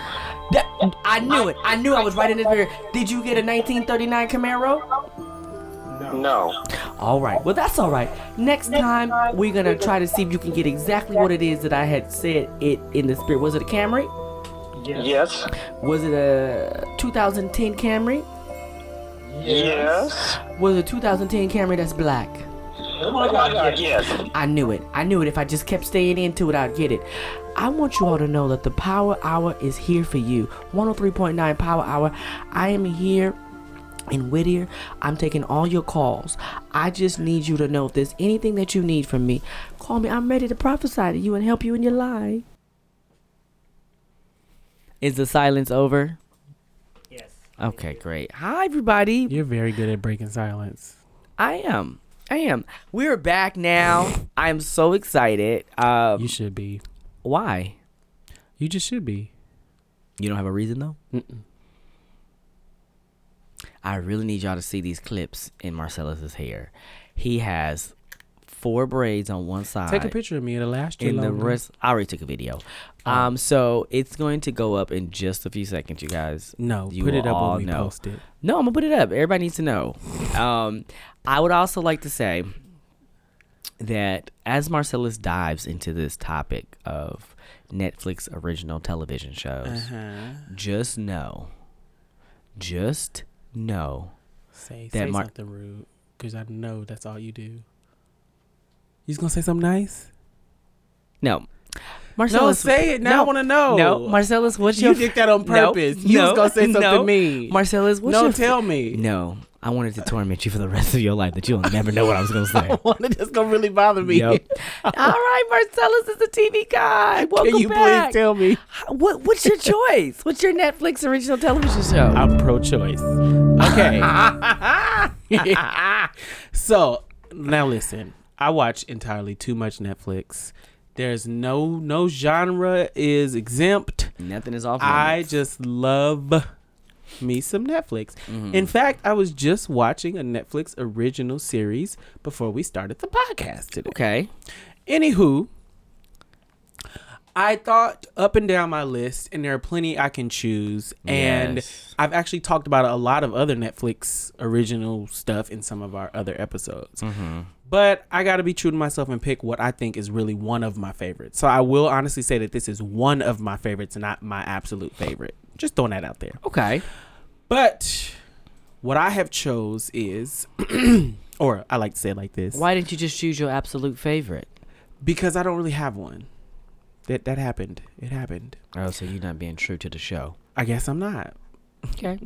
Speaker 6: That, I knew it. I knew I was right in the spirit. Did you get a 1939 Camaro?
Speaker 8: No.
Speaker 6: All right. Well, that's all right. Next time, we're going to try to see if you can get exactly what it is that I had said it in the spirit. Was it a Camry?
Speaker 8: Yes.
Speaker 6: Was it a 2010 Camry?
Speaker 8: Yes.
Speaker 6: Was it a 2010 Camry that's black?
Speaker 8: Oh my God, yes.
Speaker 6: I knew it. I knew it. If I just kept staying into it, I'd get it. I want you all to know that the Power Hour is here for you. 103.9 Power Hour. I am here in Whittier. I'm taking all your calls. I just need you to know if there's anything that you need from me, call me. I'm ready to prophesy to you and help you in your life.
Speaker 2: Is the silence over?
Speaker 5: Yes.
Speaker 2: Okay, great. Hi, everybody.
Speaker 1: You're very good at breaking silence.
Speaker 2: I am. I am. We're back now. I'm so excited. Uh,
Speaker 1: You should be.
Speaker 2: why?
Speaker 1: You just should be.
Speaker 2: You don't have a reason though. I really need y'all to see these clips in Marcellus's hair. He has four braids on one side.
Speaker 1: Take a picture of me. It'll last you
Speaker 2: In the
Speaker 1: longer.
Speaker 2: rest, I already took a video.
Speaker 1: Oh.
Speaker 2: Um, so it's going to go up in just a few seconds, you guys.
Speaker 1: No,
Speaker 2: You
Speaker 1: put it
Speaker 2: will
Speaker 1: up
Speaker 2: all
Speaker 1: when we
Speaker 2: know.
Speaker 1: post it.
Speaker 2: No, I'm gonna put it up. Everybody needs to know. Um, I would also like to say that as Marcellus dives into this topic of Netflix original television shows,
Speaker 1: Uh-huh.
Speaker 2: just know, just know
Speaker 1: Say,
Speaker 2: That
Speaker 1: say
Speaker 2: Mar-
Speaker 1: something rude, because I know that's all you do. You's gonna say something nice?
Speaker 2: No. Marcellus,
Speaker 1: say it now. I wanna know.
Speaker 2: No, Marcellus, what's
Speaker 1: You
Speaker 2: your?
Speaker 1: did that on purpose. You was gonna
Speaker 2: <laughs>
Speaker 1: say something mean.
Speaker 2: Marcellus, what's
Speaker 1: no,
Speaker 2: your?
Speaker 1: tell me.
Speaker 2: <laughs> no, I wanted to torment you for the rest of your life that you'll never know what I was <laughs> gonna say.
Speaker 1: that's gonna really bother me.
Speaker 2: Yep. <laughs> All right, Marcellus is the TV guy. Welcome
Speaker 1: Can you
Speaker 2: back.
Speaker 1: please tell me?
Speaker 2: What What's your choice? What's your Netflix original television show?
Speaker 1: I'm pro-choice. Okay.
Speaker 2: <laughs>
Speaker 1: so now listen, I watch entirely too much Netflix. There's no no genre is exempt.
Speaker 2: <laughs> Nothing is off.
Speaker 1: I just love me some Netflix. In fact, I was just watching a Netflix original series before we started the podcast today.
Speaker 2: okay.
Speaker 1: Anywho, I thought up and down my list, and there are plenty I can choose.
Speaker 2: Yes.
Speaker 1: And I've actually talked about a lot of other Netflix original stuff in some of our other episodes. But I got to be true to myself and pick what I think is really one of my favorites. So I will honestly say that this is one of my favorites, not my absolute favorite. Just throwing that out there.
Speaker 2: Okay.
Speaker 1: But what I have chose is, <clears throat> or I like to say it like this,
Speaker 2: Why didn't you just choose your absolute favorite?
Speaker 1: because I don't really have one. That that happened. It happened.
Speaker 2: Oh, so you're not being true to the show.
Speaker 1: I guess I'm not.
Speaker 2: Okay.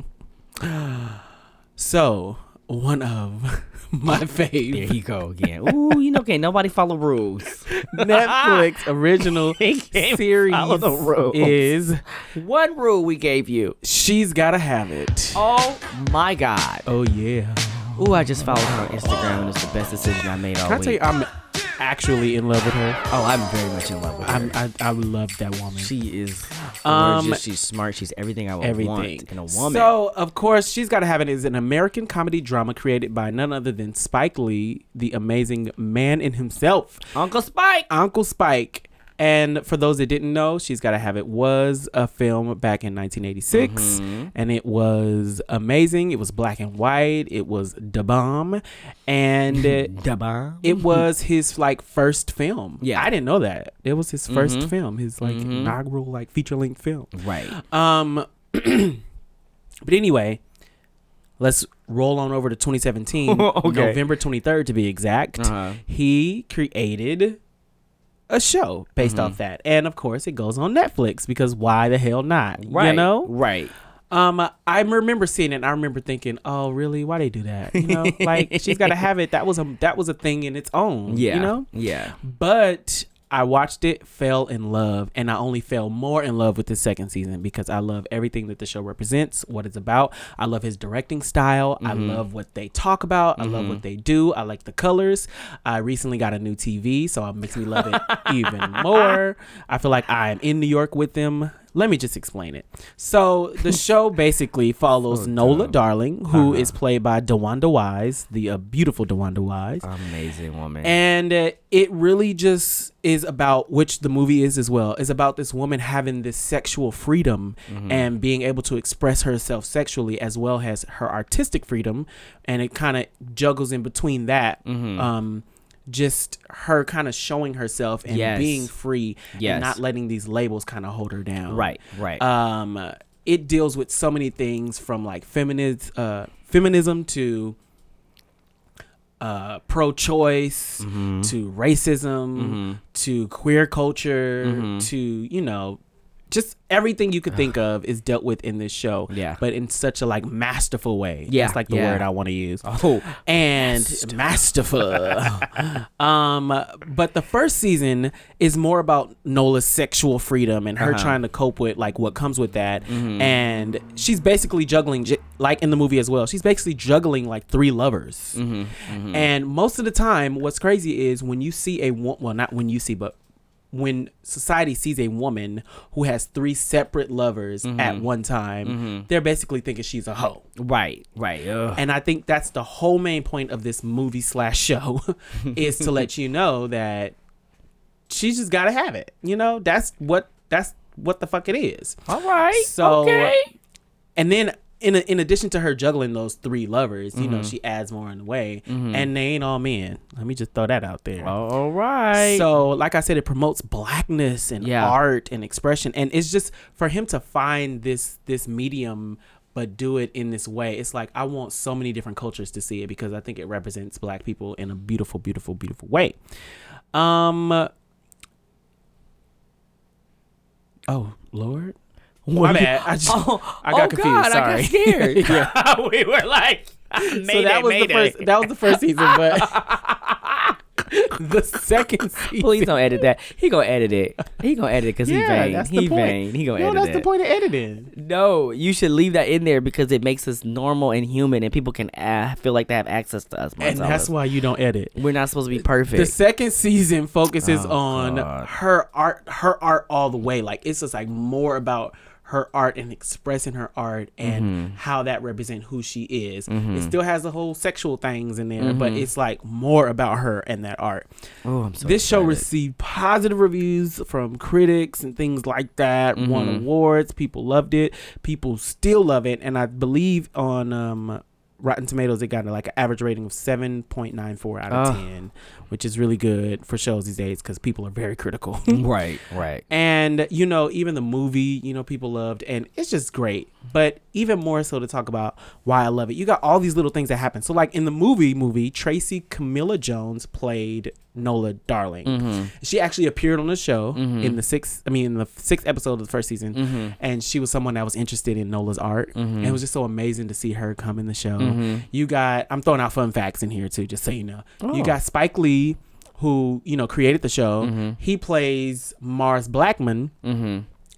Speaker 1: So one of <laughs> my
Speaker 2: <laughs> There
Speaker 1: fave
Speaker 2: you go again. Ooh, you know, okay. Nobody follow rules. <laughs>
Speaker 1: Netflix original
Speaker 2: can't
Speaker 1: series
Speaker 2: follow the rules.
Speaker 1: is
Speaker 2: One rule we gave you.
Speaker 1: She's Gotta Have It.
Speaker 2: Oh my God.
Speaker 1: Oh yeah.
Speaker 2: Ooh, I just followed her on Instagram, and it's the best decision I made all
Speaker 1: Can I
Speaker 2: week.
Speaker 1: tell you I'm actually in love with her.
Speaker 2: oh, I'm very much in love with her.
Speaker 1: I'm, I I love that woman.
Speaker 2: She is
Speaker 1: Um,
Speaker 2: gorgeous. She's smart. She's everything I would
Speaker 1: everything.
Speaker 2: want in a woman.
Speaker 1: So, of course, She's Gotta Have It is an American comedy drama created by none other than Spike Lee, the amazing man in himself.
Speaker 2: Uncle Spike.
Speaker 1: Uncle Spike. And for those that didn't know, She's Gotta Have It was a film back in 1986.
Speaker 2: Mm-hmm.
Speaker 1: And it was amazing. It was black and white. It was the bomb. And
Speaker 2: <laughs> Dabba.
Speaker 1: it was his like first film.
Speaker 2: Yeah. Mm-hmm.
Speaker 1: I didn't know that. It was his 1st film, his like inaugural like feature length film.
Speaker 2: Right.
Speaker 6: Uh,
Speaker 1: Um, but anyway, let's roll on over to 2017,
Speaker 2: <laughs> Okay.
Speaker 1: November 23rd to be exact.
Speaker 2: Uh-huh.
Speaker 1: He created a show based off that, and of course, it goes on Netflix because why the hell not?
Speaker 2: Right.
Speaker 1: You know,
Speaker 2: Right.
Speaker 1: um, I remember seeing it. and I remember thinking, "Oh, really? Why they do that? You <laughs> know, like she's got to have it. That was a that was a thing in its own.
Speaker 2: Yeah.
Speaker 1: you know,
Speaker 2: Yeah.
Speaker 1: but I watched it, fell in love, and I only fell more in love with the second season because I love everything that the show represents, what it's about. I love his directing style. I love what they talk about. I love what they do. I like the colors. I recently got a new TV, so it makes me love it even more. I feel like I am in New York with them Let me just explain it. So the show basically follows Nola Darling, who is played by DeWanda Wise, the uh, beautiful DeWanda Wise.
Speaker 6: Amazing woman.
Speaker 1: And uh, it really just is about which the movie is as well. Is about this woman having this sexual freedom
Speaker 6: Mm-hmm.
Speaker 1: and being able to express herself sexually as well as her artistic freedom, and it kind of juggles in between that.
Speaker 6: Mm-hmm.
Speaker 1: Um, just her kind of showing herself and
Speaker 6: Yes.
Speaker 1: being free
Speaker 6: Yes.
Speaker 1: and not letting these labels kind of hold her down.
Speaker 6: Right, right.
Speaker 1: Um, it deals with so many things from like feminist, uh, feminism to uh, pro-choice to racism to queer culture to you know just everything you could think of is dealt with in this show
Speaker 6: Yeah.
Speaker 1: but in such a like masterful way
Speaker 6: Yeah,
Speaker 1: that's like the
Speaker 6: yeah.
Speaker 1: word i want to use
Speaker 6: <laughs> Oh,
Speaker 1: <laughs> and masterful. <laughs> um, but the first season is more about Nola's sexual freedom and
Speaker 6: Uh-huh.
Speaker 1: her trying to cope with like what comes with that,
Speaker 6: Mm-hmm.
Speaker 1: and she's basically juggling, j- like in the movie as well. She's basically juggling like three lovers,
Speaker 6: Mm-hmm,
Speaker 1: and most of the time, what's crazy is when you see a wo- well, not when you see, but when society sees a woman who has three separate lovers
Speaker 6: Mm-hmm.
Speaker 1: at one time, they're basically thinking she's a hoe.
Speaker 6: right, right. Ugh.
Speaker 1: And I think that's the whole main point of this movie slash show <laughs> is to let you know that she's just gotta have it. You know, that's what that's what the fuck it is.
Speaker 6: All right.
Speaker 1: So
Speaker 6: okay.
Speaker 1: and then in in addition to her juggling those three lovers, you know, she adds more in the way. And they ain't all men. Let me just throw that out there.
Speaker 6: All right.
Speaker 1: So, like I said, it promotes blackness and
Speaker 6: Yeah.
Speaker 1: art and expression, and it's just for him to find this this medium, but do it in this way. It's like I want so many different cultures to see it because I think it represents black people in a beautiful, beautiful, beautiful way. Um. Oh Lord. My bad. I just I got
Speaker 6: oh,
Speaker 1: confused.
Speaker 6: God, I
Speaker 1: Sorry.
Speaker 6: got scared.
Speaker 1: <laughs>
Speaker 2: we were like,
Speaker 1: so that was the first. That was the first season, <laughs> but the <laughs> second season.
Speaker 6: <laughs> Please don't edit that. He gonna edit it. He gonna edit it because he vain.
Speaker 1: that's
Speaker 6: He
Speaker 1: the point.
Speaker 6: vain. He gonna
Speaker 1: no,
Speaker 6: edit
Speaker 1: that's
Speaker 6: it.
Speaker 1: the point of editing.
Speaker 6: No, you should leave that in there because it makes us normal and human, and people can uh, feel like they have access to us.
Speaker 1: And
Speaker 6: Marcellus.
Speaker 1: that's why you don't edit.
Speaker 6: we're not supposed to be
Speaker 1: The
Speaker 6: perfect.
Speaker 1: second season focuses
Speaker 6: Oh,
Speaker 1: on
Speaker 6: God.
Speaker 1: her art, her art all the way. Like it's just like more about her art and expressing her art and
Speaker 6: Mm-hmm.
Speaker 1: how that represent who she is. It still has the whole sexual things in there, but it's like more about her and that art.
Speaker 6: Mm-hmm. oh, I'm so
Speaker 1: this show
Speaker 6: excited.
Speaker 1: received positive reviews from critics and things like that. Won
Speaker 6: Mm-hmm.
Speaker 1: awards. People loved it. People still love it, and I believe on um, Rotten Tomatoes it got like an average rating of seven point nine four out of
Speaker 6: Ah.
Speaker 1: ten, which is really good for shows these days because people are very critical.
Speaker 6: <laughs> right, right.
Speaker 1: and you know, even the movie, you know, people loved, and it's just great. But even more so to talk about why I love it, you got all these little things that happen. So, like in the movie, movie Tracy Camilla Jones played Nola Darling. She actually appeared on the show in the sixth, I mean, in the sixth episode of the first season, and she was someone that was interested in Nola's art, and it was just so amazing to see her come in the show. You got, I'm throwing out fun facts in here too, just so you know. You got Spike Lee who you know created the show.
Speaker 6: Mm-hmm.
Speaker 1: He plays Mars Blackman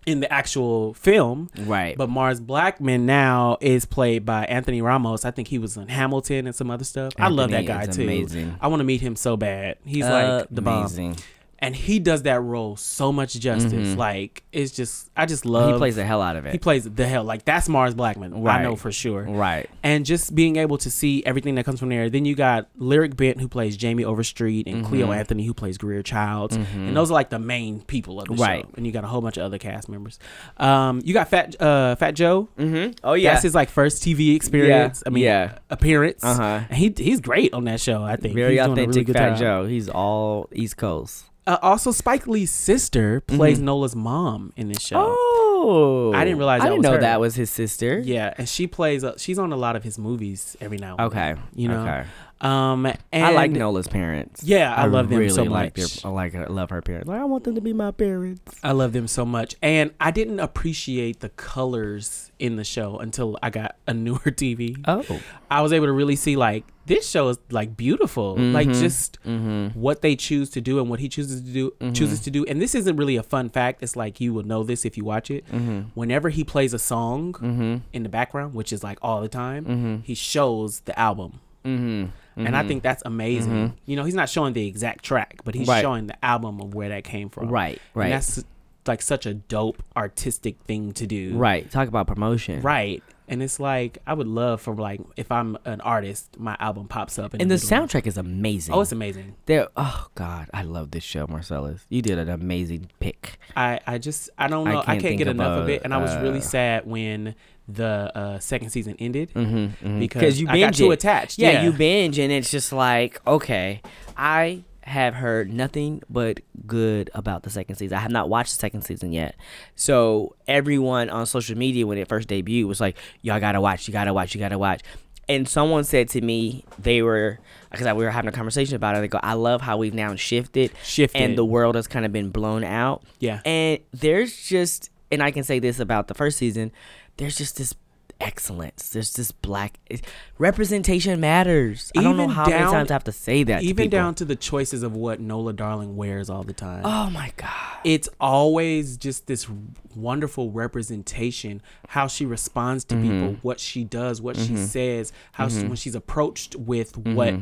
Speaker 1: in the actual film,
Speaker 6: Right.
Speaker 1: But Mars Blackman now is played by Anthony Ramos. I think he was in Hamilton and some other stuff. I love that
Speaker 6: Anthony
Speaker 1: guy
Speaker 6: is
Speaker 1: too.
Speaker 6: amazing.
Speaker 1: I want to meet him so bad. He's
Speaker 6: Uh,
Speaker 1: like the bomb,
Speaker 6: amazing. Mm-hmm.
Speaker 1: and he does that role so much justice. Like it's just, I just love.
Speaker 6: He plays the hell out of it.
Speaker 1: He plays the hell like that's Mars Blackman. I
Speaker 6: Right.
Speaker 1: know for sure
Speaker 6: right.
Speaker 1: and just being able to see everything that comes from there. Then you got Lyric Bent who plays Jamie Overstreet and Cleo
Speaker 6: Mm-hmm.
Speaker 1: Anthony who plays Greer Childs, and those are like the main people of the
Speaker 6: Right.
Speaker 1: show. And you got a whole bunch of other cast members. Um, you got Fat uh, Fat Joe.
Speaker 6: Mm-hmm. Oh yeah.
Speaker 1: That's his like first TV experience. I mean,
Speaker 6: yeah.
Speaker 1: appearance.
Speaker 6: Uh-huh.
Speaker 1: And he he's great on that show. I think
Speaker 6: Very
Speaker 1: he's doing a
Speaker 6: authentic
Speaker 1: really good
Speaker 6: Fat
Speaker 1: job.
Speaker 6: Joe. He's all East Coast.
Speaker 1: Uh, also, Spike Lee's sister plays Nola's mom in this show.
Speaker 6: Mm-hmm. Oh,
Speaker 1: I didn't realize
Speaker 6: I
Speaker 1: that
Speaker 6: didn't
Speaker 1: was
Speaker 6: know
Speaker 1: her.
Speaker 6: that was his sister.
Speaker 1: Yeah, and she plays. Uh, she's on a lot of his movies every now. and
Speaker 6: Okay.
Speaker 1: then, you know.
Speaker 6: Okay.
Speaker 1: Um, and
Speaker 6: I like Nola's parents.
Speaker 1: Yeah, I love them
Speaker 6: really
Speaker 1: so
Speaker 6: Like their,
Speaker 1: much.
Speaker 6: I like her, love her parents. Like I want them to be my parents.
Speaker 1: I love them so much. And I didn't appreciate the colors in the show until I got a <laughs> newer TV.
Speaker 6: Oh,
Speaker 1: I was able to really see like this show is like beautiful. Like
Speaker 6: Mm-hmm.
Speaker 1: just what they choose to do and what he chooses to do
Speaker 6: Mm-hmm.
Speaker 1: chooses to do. And this isn't really a fun fact. It's like you will know this if you watch it.
Speaker 6: Mm-hmm.
Speaker 1: Whenever he plays a song in the background, which is like all the time,
Speaker 6: Mm-hmm.
Speaker 1: he shows the album. And I think that's amazing. You know, he's not showing the exact track, but he's
Speaker 6: Mm-hmm. Right.
Speaker 1: showing the album of where that came from.
Speaker 6: Right, right.
Speaker 1: And that's like such a dope artistic thing to do.
Speaker 2: Right. Talk about promotion.
Speaker 1: Right. And it's like I would love for like if I'm an artist, my album pops up in
Speaker 2: And the
Speaker 1: middle.
Speaker 2: soundtrack is amazing.
Speaker 1: Oh, it's amazing.
Speaker 2: They're, oh God, I love this show, Marcellus. You did an amazing pick.
Speaker 1: I, I just I don't
Speaker 2: I
Speaker 1: know. I
Speaker 2: can't
Speaker 1: can't, get
Speaker 2: think
Speaker 1: enough
Speaker 2: of
Speaker 1: of
Speaker 2: a,
Speaker 1: it, and I was
Speaker 2: uh, Mm.
Speaker 1: really sad when the uh, second season ended because
Speaker 2: Because you
Speaker 1: Mm-hmm, I
Speaker 2: binge
Speaker 1: got too
Speaker 2: it.
Speaker 1: attached.
Speaker 2: Yeah,
Speaker 1: Yeah,
Speaker 2: you binge, and it's just like, okay, I have heard nothing but good about the second season. I have not watched the second season yet. So everyone on social media when it first debuted was like, y'all gotta watch, you gotta watch, you gotta watch. And someone said to me, they were because we were having a conversation about it. They go, I love how we've now shifted, and
Speaker 1: Shifted.
Speaker 2: the world has kind of been blown out.
Speaker 1: Yeah.
Speaker 2: and there's just, and I can say this about the first season, there's just this excellence. There's this black it- representation matters. I don't know
Speaker 1: Even
Speaker 2: how many
Speaker 1: down-
Speaker 2: times I have to say that. to
Speaker 1: even
Speaker 2: people.
Speaker 1: down to the choices of what Nola Darling wears all the time.
Speaker 2: Oh my god.
Speaker 1: it's always just this wonderful representation how she responds to people what she does what she says how she, when she's approached with what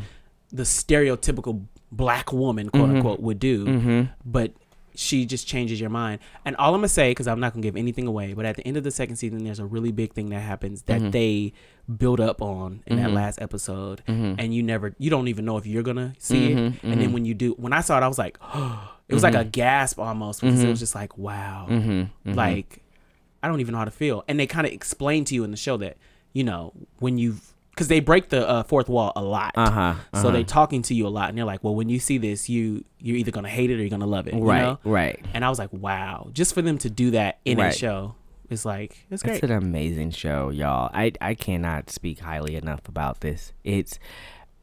Speaker 1: the stereotypical black woman quote unquote would do but she just changes your mind and all i'm gonna say because i'm not gonna give anything away but at the end of the second season there's a really big thing that happens that
Speaker 2: Mm-hmm.
Speaker 1: they build up on in that last episode
Speaker 2: Mm-hmm.
Speaker 1: and you never you don't even know if you're gonna see it and then when you do when i saw it i was like <gasps> it was
Speaker 2: Mm-hmm.
Speaker 1: like a gasp almost because it was just like wow like i don't even know how to feel and they kind of explain to you in the show that you know when you because they break the uh, fourth wall a lot
Speaker 2: Uh-huh,
Speaker 1: so they're talking to you a lot and they're like well when you see this you you're either gonna hate it or you're gonna love it you
Speaker 2: Right,
Speaker 1: know?
Speaker 2: right.
Speaker 1: and i was like wow just for them to do that in
Speaker 2: Right.
Speaker 1: a show it's like it's great
Speaker 2: It's an amazing show, y'all. I I cannot speak highly enough about this. It's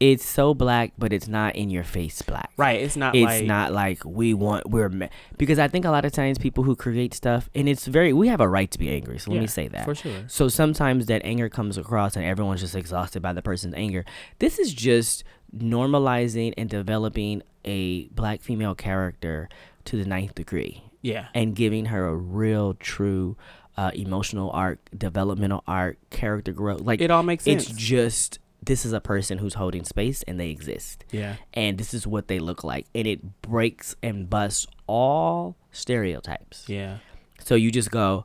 Speaker 2: it's so black, but it's not in your face black.
Speaker 1: right it's not
Speaker 2: it's
Speaker 1: like
Speaker 2: not like we want we're ma- because I think a lot of times people who create stuff and it's very we have a right to be angry. So let me
Speaker 1: Yeah,
Speaker 2: say that
Speaker 1: for sure.
Speaker 2: So sometimes that anger comes across and everyone's just exhausted by the person's anger. This is just normalizing and developing a black female character to the ninth degree
Speaker 1: yeah
Speaker 2: and giving her a real true uh, emotional arc, developmental arc, character growth. Like
Speaker 1: It all makes
Speaker 2: It's
Speaker 1: sense.
Speaker 2: just this is a person who's holding space and they exist.
Speaker 1: Yeah.
Speaker 2: And this is what they look like. And it breaks and busts all stereotypes.
Speaker 1: yeah
Speaker 2: So you just go,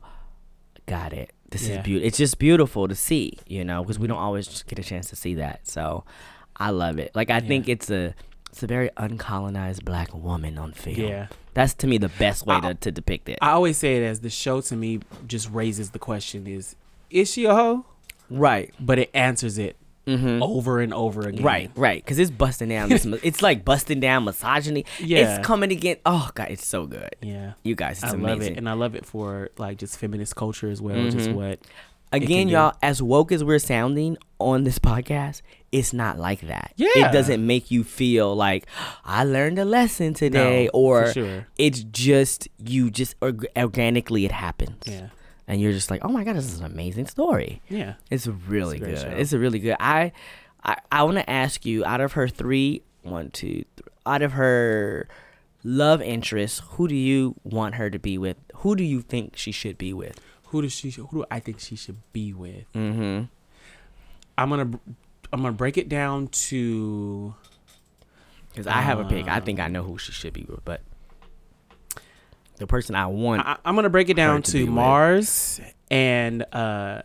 Speaker 2: got it. This
Speaker 1: Yeah.
Speaker 2: is beautiful. It's just beautiful to see, you know, because we don't always get a chance to see that. So I love it. Like I think it's a it's a very uncolonized black woman on film.
Speaker 1: Yeah.
Speaker 2: That's to me the best way to, to depict it.
Speaker 1: i always say it as the show to me just raises the question is is she a hoe
Speaker 2: right.
Speaker 1: but it answers it over and over again
Speaker 2: Mm-hmm. Right, right, because it's busting
Speaker 1: <laughs>
Speaker 2: down. This, mi- it's like busting down misogyny.
Speaker 1: Yeah.
Speaker 2: it's coming again. Oh god, it's so good.
Speaker 1: Yeah.
Speaker 2: You guys, it's
Speaker 1: I
Speaker 2: amazing. Mm-hmm.
Speaker 1: love it, and I love it for like just feminist culture as well. Just what
Speaker 2: again,
Speaker 1: do.
Speaker 2: y'all, as woke as we're sounding on this podcast, it's not like that.
Speaker 1: Yeah.
Speaker 2: It doesn't make you feel like I learned a lesson today
Speaker 1: for
Speaker 2: or
Speaker 1: sure.
Speaker 2: it's just you just org- organically it happens.
Speaker 1: Yeah.
Speaker 2: And you're just like, "Oh my god, this is an amazing story."
Speaker 1: Yeah.
Speaker 2: It's really
Speaker 1: great
Speaker 2: good.
Speaker 1: show.
Speaker 2: It's a really good. I I, I want to ask you out of her three, one, two, three, out of her love interests, who do you want her to be with? Who do you think she should be with?
Speaker 1: who does she? Who do I think she should be with? Mm-hmm. I'm gonna br- I'm gonna break it down to
Speaker 2: Because I have a pick. I think I know who she should be with, but the person I want.
Speaker 1: I, I'm gonna break it down
Speaker 2: to
Speaker 1: to,
Speaker 2: be with.
Speaker 1: Mars and uh,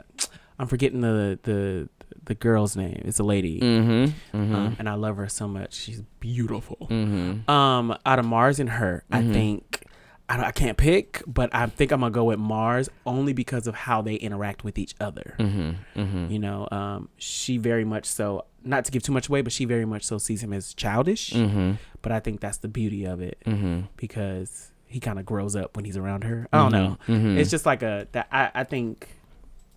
Speaker 1: I'm forgetting the the the girl's name. It's a lady,
Speaker 2: mm-hmm. Mm-hmm.
Speaker 1: um, and I love her so much. She's beautiful. Um, out of Mars and her, I think. I, don't- I can't pick, but I think I'm gonna go with Mars only because of how they interact with each other. You know, um, she very much so, not to give too much away, but she very much so sees him as childish. But I think that's the beauty of it because he kind of grows up when he's around her. I don't know.
Speaker 2: Mm-hmm.
Speaker 1: It's just like a, that I, I think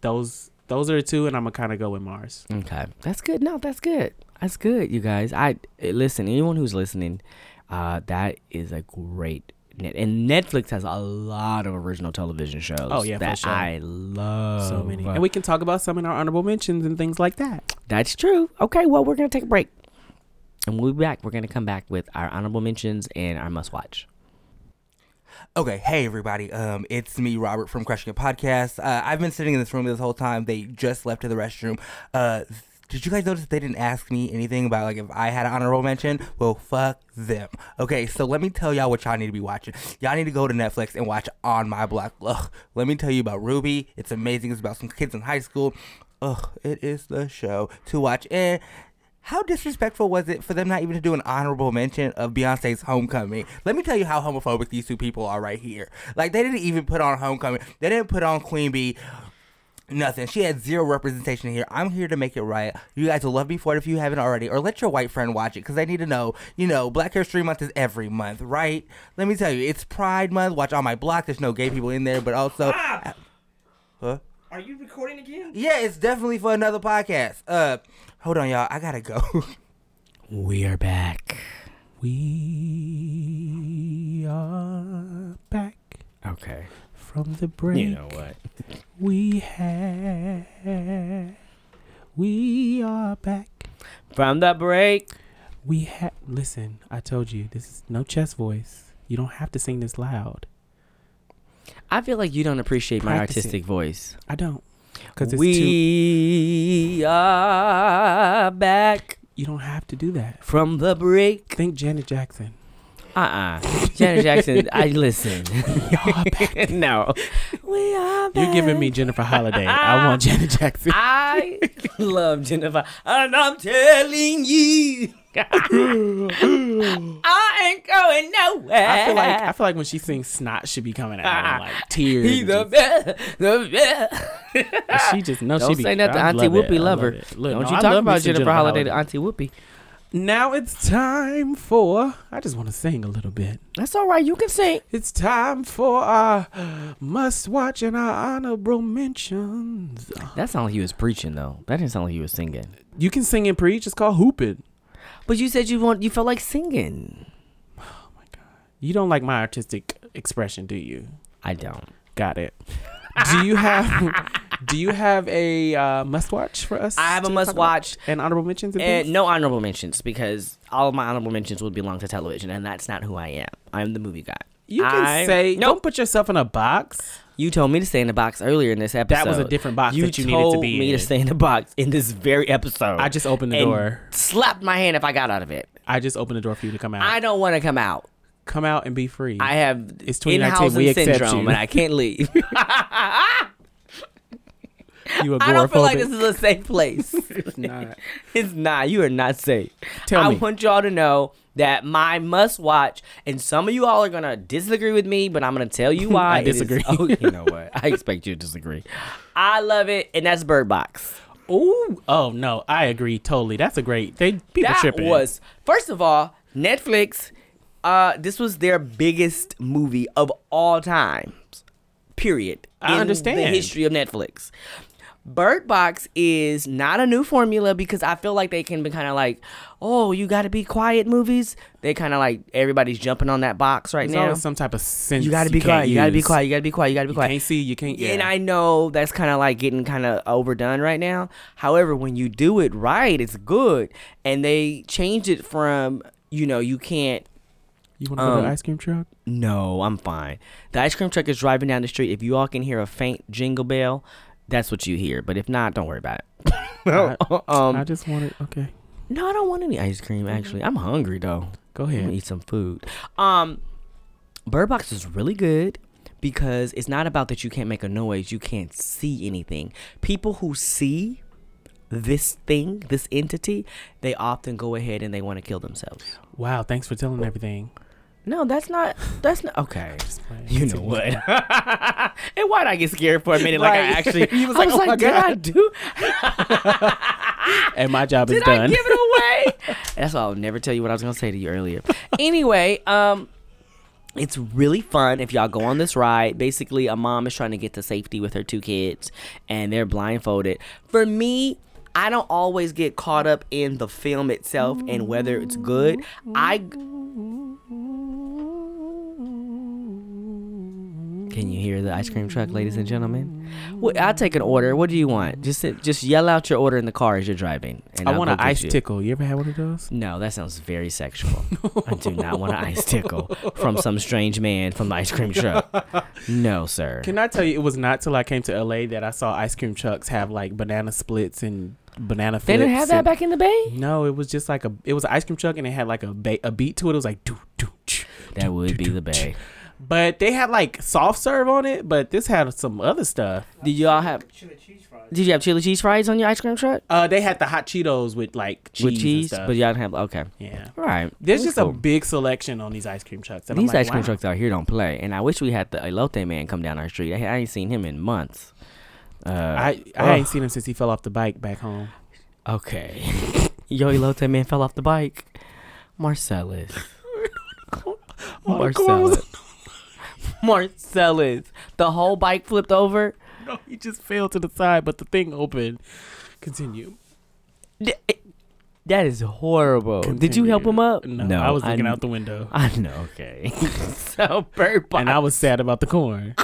Speaker 1: those those are the two, and I'm gonna kind of go with Mars.
Speaker 2: Okay, that's good. No, that's good. That's good, you guys. I eh, listen. Anyone who's listening, uh, that is a great net. And Netflix has a lot of original television shows.
Speaker 1: Oh, yeah, for
Speaker 2: that
Speaker 1: sure.
Speaker 2: I love
Speaker 1: So many, and we can talk about some in our honorable mentions and things like that.
Speaker 2: That's true. Okay, well, we're gonna take a break, and we'll be back. We're gonna come back with our honorable mentions and our must watch.
Speaker 7: Okay, hey everybody. Um, it's me, Robert from Crushing It Podcast. Uh, I've been sitting in this room this whole time. They just left to the restroom. Uh, Did you guys notice they didn't ask me anything about like if I had an honorable mention? Well, fuck them. Okay, so let me tell y'all what y'all need to be watching. Y'all need to go to Netflix and watch On My Block. Ugh, let me tell you about Ruby. It's amazing. It's about some kids in high school. Ugh, it is the show to watch. And how disrespectful was it for them not even to do an honorable mention of Beyonce's homecoming? Let me tell you how homophobic these two people are right here. Like they didn't even put on homecoming. They didn't put on Queen Bee. Nothing. She had zero representation here. I'm here to make it right. You guys will love me for it if you haven't already, or let your white friend watch it because they need to know. You know, Black History Month is every month, right? Let me tell you, it's Pride Month. Watch on my block. There's no gay people in there, but also,
Speaker 5: Ah!
Speaker 7: Huh?
Speaker 5: Are you recording again?
Speaker 7: yeah, it's definitely for another podcast. Uh, hold on, y'all. I gotta go. <laughs>
Speaker 2: We are back.
Speaker 6: We are back
Speaker 2: Okay.
Speaker 6: from the break.
Speaker 9: You know what?
Speaker 6: We had. We are back.
Speaker 9: From the break.
Speaker 6: We had. Listen, I told you this is no chest voice. You don't have to sing this loud.
Speaker 2: I feel like you don't appreciate my
Speaker 6: Practice it.
Speaker 2: artistic voice.
Speaker 6: I don't, because it's too.
Speaker 2: We are back
Speaker 6: You don't have to do that.
Speaker 2: from the break.
Speaker 6: Think Janet Jackson. Uh-uh.
Speaker 2: Uh uh Janet Jackson, I
Speaker 6: <laughs>
Speaker 2: listen. <laughs> no. We are back.
Speaker 6: You're giving me Jennifer Holiday. I want Janet Jackson.
Speaker 2: I love Jennifer. And I'm telling you, <laughs> I ain't going nowhere.
Speaker 6: I feel like I feel like when she sings, snot should be coming out and, like tears.
Speaker 2: <laughs> He
Speaker 6: and
Speaker 2: the
Speaker 6: just-
Speaker 2: best, the best.
Speaker 6: she just knows
Speaker 2: Don't
Speaker 6: she be.
Speaker 2: say nothing.
Speaker 6: I
Speaker 2: Auntie
Speaker 6: love it. I
Speaker 2: Whoopi love her.
Speaker 6: it. Look,
Speaker 2: Don't
Speaker 6: no,
Speaker 2: you
Speaker 6: I
Speaker 2: talk
Speaker 6: love me
Speaker 2: about
Speaker 6: some
Speaker 2: Jennifer Holiday to Auntie Whoopi.
Speaker 6: Now it's time for. I just want to sing a little bit.
Speaker 2: That's all right. You can sing.
Speaker 6: It's time for our must watch and our honorable mentions.
Speaker 2: That sounded like he was preaching though. That didn't sound like he was singing.
Speaker 6: You can sing and preach. It's called hooping.
Speaker 2: But you said you want you felt like singing.
Speaker 6: You don't like my artistic expression, do you?
Speaker 2: I don't.
Speaker 6: Got it. do you
Speaker 2: <laughs>
Speaker 6: have Do you have a uh, must watch for us?
Speaker 2: I have a
Speaker 6: to
Speaker 2: must
Speaker 6: talk about?
Speaker 2: watch.
Speaker 6: and honorable mentions. And
Speaker 2: And
Speaker 6: things?
Speaker 2: no honorable mentions because all of my honorable mentions would belong to television, and that's not who I am. I'm the movie guy.
Speaker 6: you can
Speaker 2: I-
Speaker 6: say
Speaker 2: Nope.
Speaker 6: don't put yourself in a box.
Speaker 2: You told me to stay in the box earlier in this episode.
Speaker 6: was a different box that you needed to be
Speaker 2: me
Speaker 6: in.
Speaker 2: to stay in the box in this very episode.
Speaker 6: I just opened the
Speaker 2: And
Speaker 6: door.
Speaker 2: Slapped my hand if I got out of it.
Speaker 6: I just opened the door for you to come out.
Speaker 2: I don't want to come out.
Speaker 6: come out and be free.
Speaker 2: I have
Speaker 6: It's 2019, we
Speaker 2: Inhausen
Speaker 6: accept
Speaker 2: syndrome,
Speaker 6: you.
Speaker 2: and I can't leave.
Speaker 6: <laughs> you agoraphobic.
Speaker 2: I don't feel like this is a safe
Speaker 6: <laughs>
Speaker 2: place.
Speaker 6: Not.
Speaker 2: <laughs> It's not. You are not safe.
Speaker 6: Tell
Speaker 2: I
Speaker 6: me.
Speaker 2: want y'all to know that my must watch, and some of you all are gonna disagree with me, but I'm gonna tell you why.
Speaker 6: <laughs> I
Speaker 2: it is-
Speaker 6: disagree.
Speaker 2: <laughs> oh, you know what?
Speaker 6: <laughs>
Speaker 2: I expect you to disagree. I love it, and that's Bird Box.
Speaker 6: Ooh, oh no, I agree totally. That's a great. They people
Speaker 2: That
Speaker 6: tripping.
Speaker 2: was first of all Netflix. Uh, this was their biggest movie of all times. Period.
Speaker 6: I
Speaker 2: in the
Speaker 6: understand.
Speaker 2: history of Netflix. Bird Box is not a new formula because I feel like they can be kind of like, oh, you got to be quiet movies. They kind of like everybody's jumping on that box right
Speaker 6: There's
Speaker 2: now.
Speaker 6: always some type of sense.
Speaker 2: You got to be
Speaker 6: can't
Speaker 2: quiet. You got to be
Speaker 6: use.
Speaker 2: quiet. You got to be quiet. You got to be
Speaker 6: You
Speaker 2: quiet.
Speaker 6: can't see. You can't. Yeah.
Speaker 2: And I know that's kind of like getting kind of overdone right now. However, when you do it right, it's good. And they changed it from, you know, you can't.
Speaker 6: you want to go to the
Speaker 2: um,
Speaker 6: ice cream truck?
Speaker 2: No, I'm fine. The ice cream truck is driving down the street. If you all can hear a faint jingle bell, that's what you hear. But if not, don't worry about it. um,
Speaker 6: I just wanted. Okay,
Speaker 2: no, I don't want any ice cream. Actually, I'm hungry though.
Speaker 6: go
Speaker 2: I'm gonna
Speaker 6: ahead.
Speaker 2: eat some food. Um, Bird Box is really good because it's not about that you can't make a noise, you can't see anything. People who see this thing, this entity, they often go ahead and they want to kill themselves.
Speaker 6: Wow, thanks for telling everything.
Speaker 2: No, that's not. That's not okay.
Speaker 6: Just playing.
Speaker 2: You know what? <laughs> and why would I get scared for a minute? Like, I <laughs>
Speaker 6: Like,
Speaker 2: actually,
Speaker 6: you was
Speaker 2: I
Speaker 6: like,
Speaker 2: was
Speaker 6: "Oh
Speaker 2: like,
Speaker 6: my
Speaker 2: did I
Speaker 6: God."
Speaker 2: do?
Speaker 6: <laughs> And my job is
Speaker 2: Did I
Speaker 6: done.
Speaker 2: give
Speaker 6: <laughs>
Speaker 2: it away? <laughs> That's why I'll never tell you what I was gonna say to you earlier. anyway, um, it's really fun if y'all go on this ride. Basically, a mom is trying to get to safety with her two kids, and they're blindfolded. For me. I don't always get caught up in the film itself and whether it's good. I Can you hear the ice cream truck, ladies and gentlemen? Well, I'll take an order. What do you want? Just sit- just yell out your order in the car as you're driving. And
Speaker 1: I
Speaker 2: I'll
Speaker 1: want
Speaker 2: go
Speaker 1: an
Speaker 2: get
Speaker 1: ice
Speaker 2: you.
Speaker 1: tickle. You ever had one of those?
Speaker 2: No, that sounds very sexual. I do not want an ice tickle from some strange man from the ice cream truck. No, sir.
Speaker 1: Can I tell you, it was not till I came to LA that I saw ice cream trucks have like banana splits and banana flips.
Speaker 2: they didn't have that
Speaker 1: and-
Speaker 2: back in the bay.
Speaker 1: No, it was just like
Speaker 6: <laughs>
Speaker 1: a. It was an ice cream truck and it had like a ba- a beat to it. It was like doo doo. ch.
Speaker 2: That would be the bay.
Speaker 1: But they had like soft serve on it. But this had some other stuff.
Speaker 2: Did y'all have?
Speaker 5: Chili cheese fries.
Speaker 2: Did you have chili cheese fries on your ice cream truck?
Speaker 1: Uh, they had the hot Cheetos with like cheese.
Speaker 2: With cheese,
Speaker 1: and stuff.
Speaker 2: but y'all didn't have. Okay,
Speaker 1: yeah.
Speaker 2: all right.
Speaker 1: There's
Speaker 2: That's
Speaker 1: just
Speaker 2: cool.
Speaker 1: a big selection on these ice cream trucks. and I'm
Speaker 2: These
Speaker 1: like,
Speaker 2: ice cream
Speaker 1: wow.
Speaker 2: trucks out here don't play, and I wish we had the elote man come down our street. I, I ain't seen him in months. Uh,
Speaker 1: I, I ain't seen him since he fell off the bike back home.
Speaker 2: okay. <laughs> Yo, elote man fell off the bike.
Speaker 1: <laughs>
Speaker 2: Marcellus. Marcellus. Marcellus. The whole bike flipped over.
Speaker 1: No, he just fell to the side, but the thing opened. Continue.
Speaker 2: D- it- That is horrible. Did you help him
Speaker 1: Continue.
Speaker 2: up?
Speaker 1: No, I was looking
Speaker 2: kn-
Speaker 1: out the window,
Speaker 2: <laughs> I know. Okay. <laughs> so bird box.
Speaker 1: and I was sad about the
Speaker 2: <laughs>
Speaker 1: corn.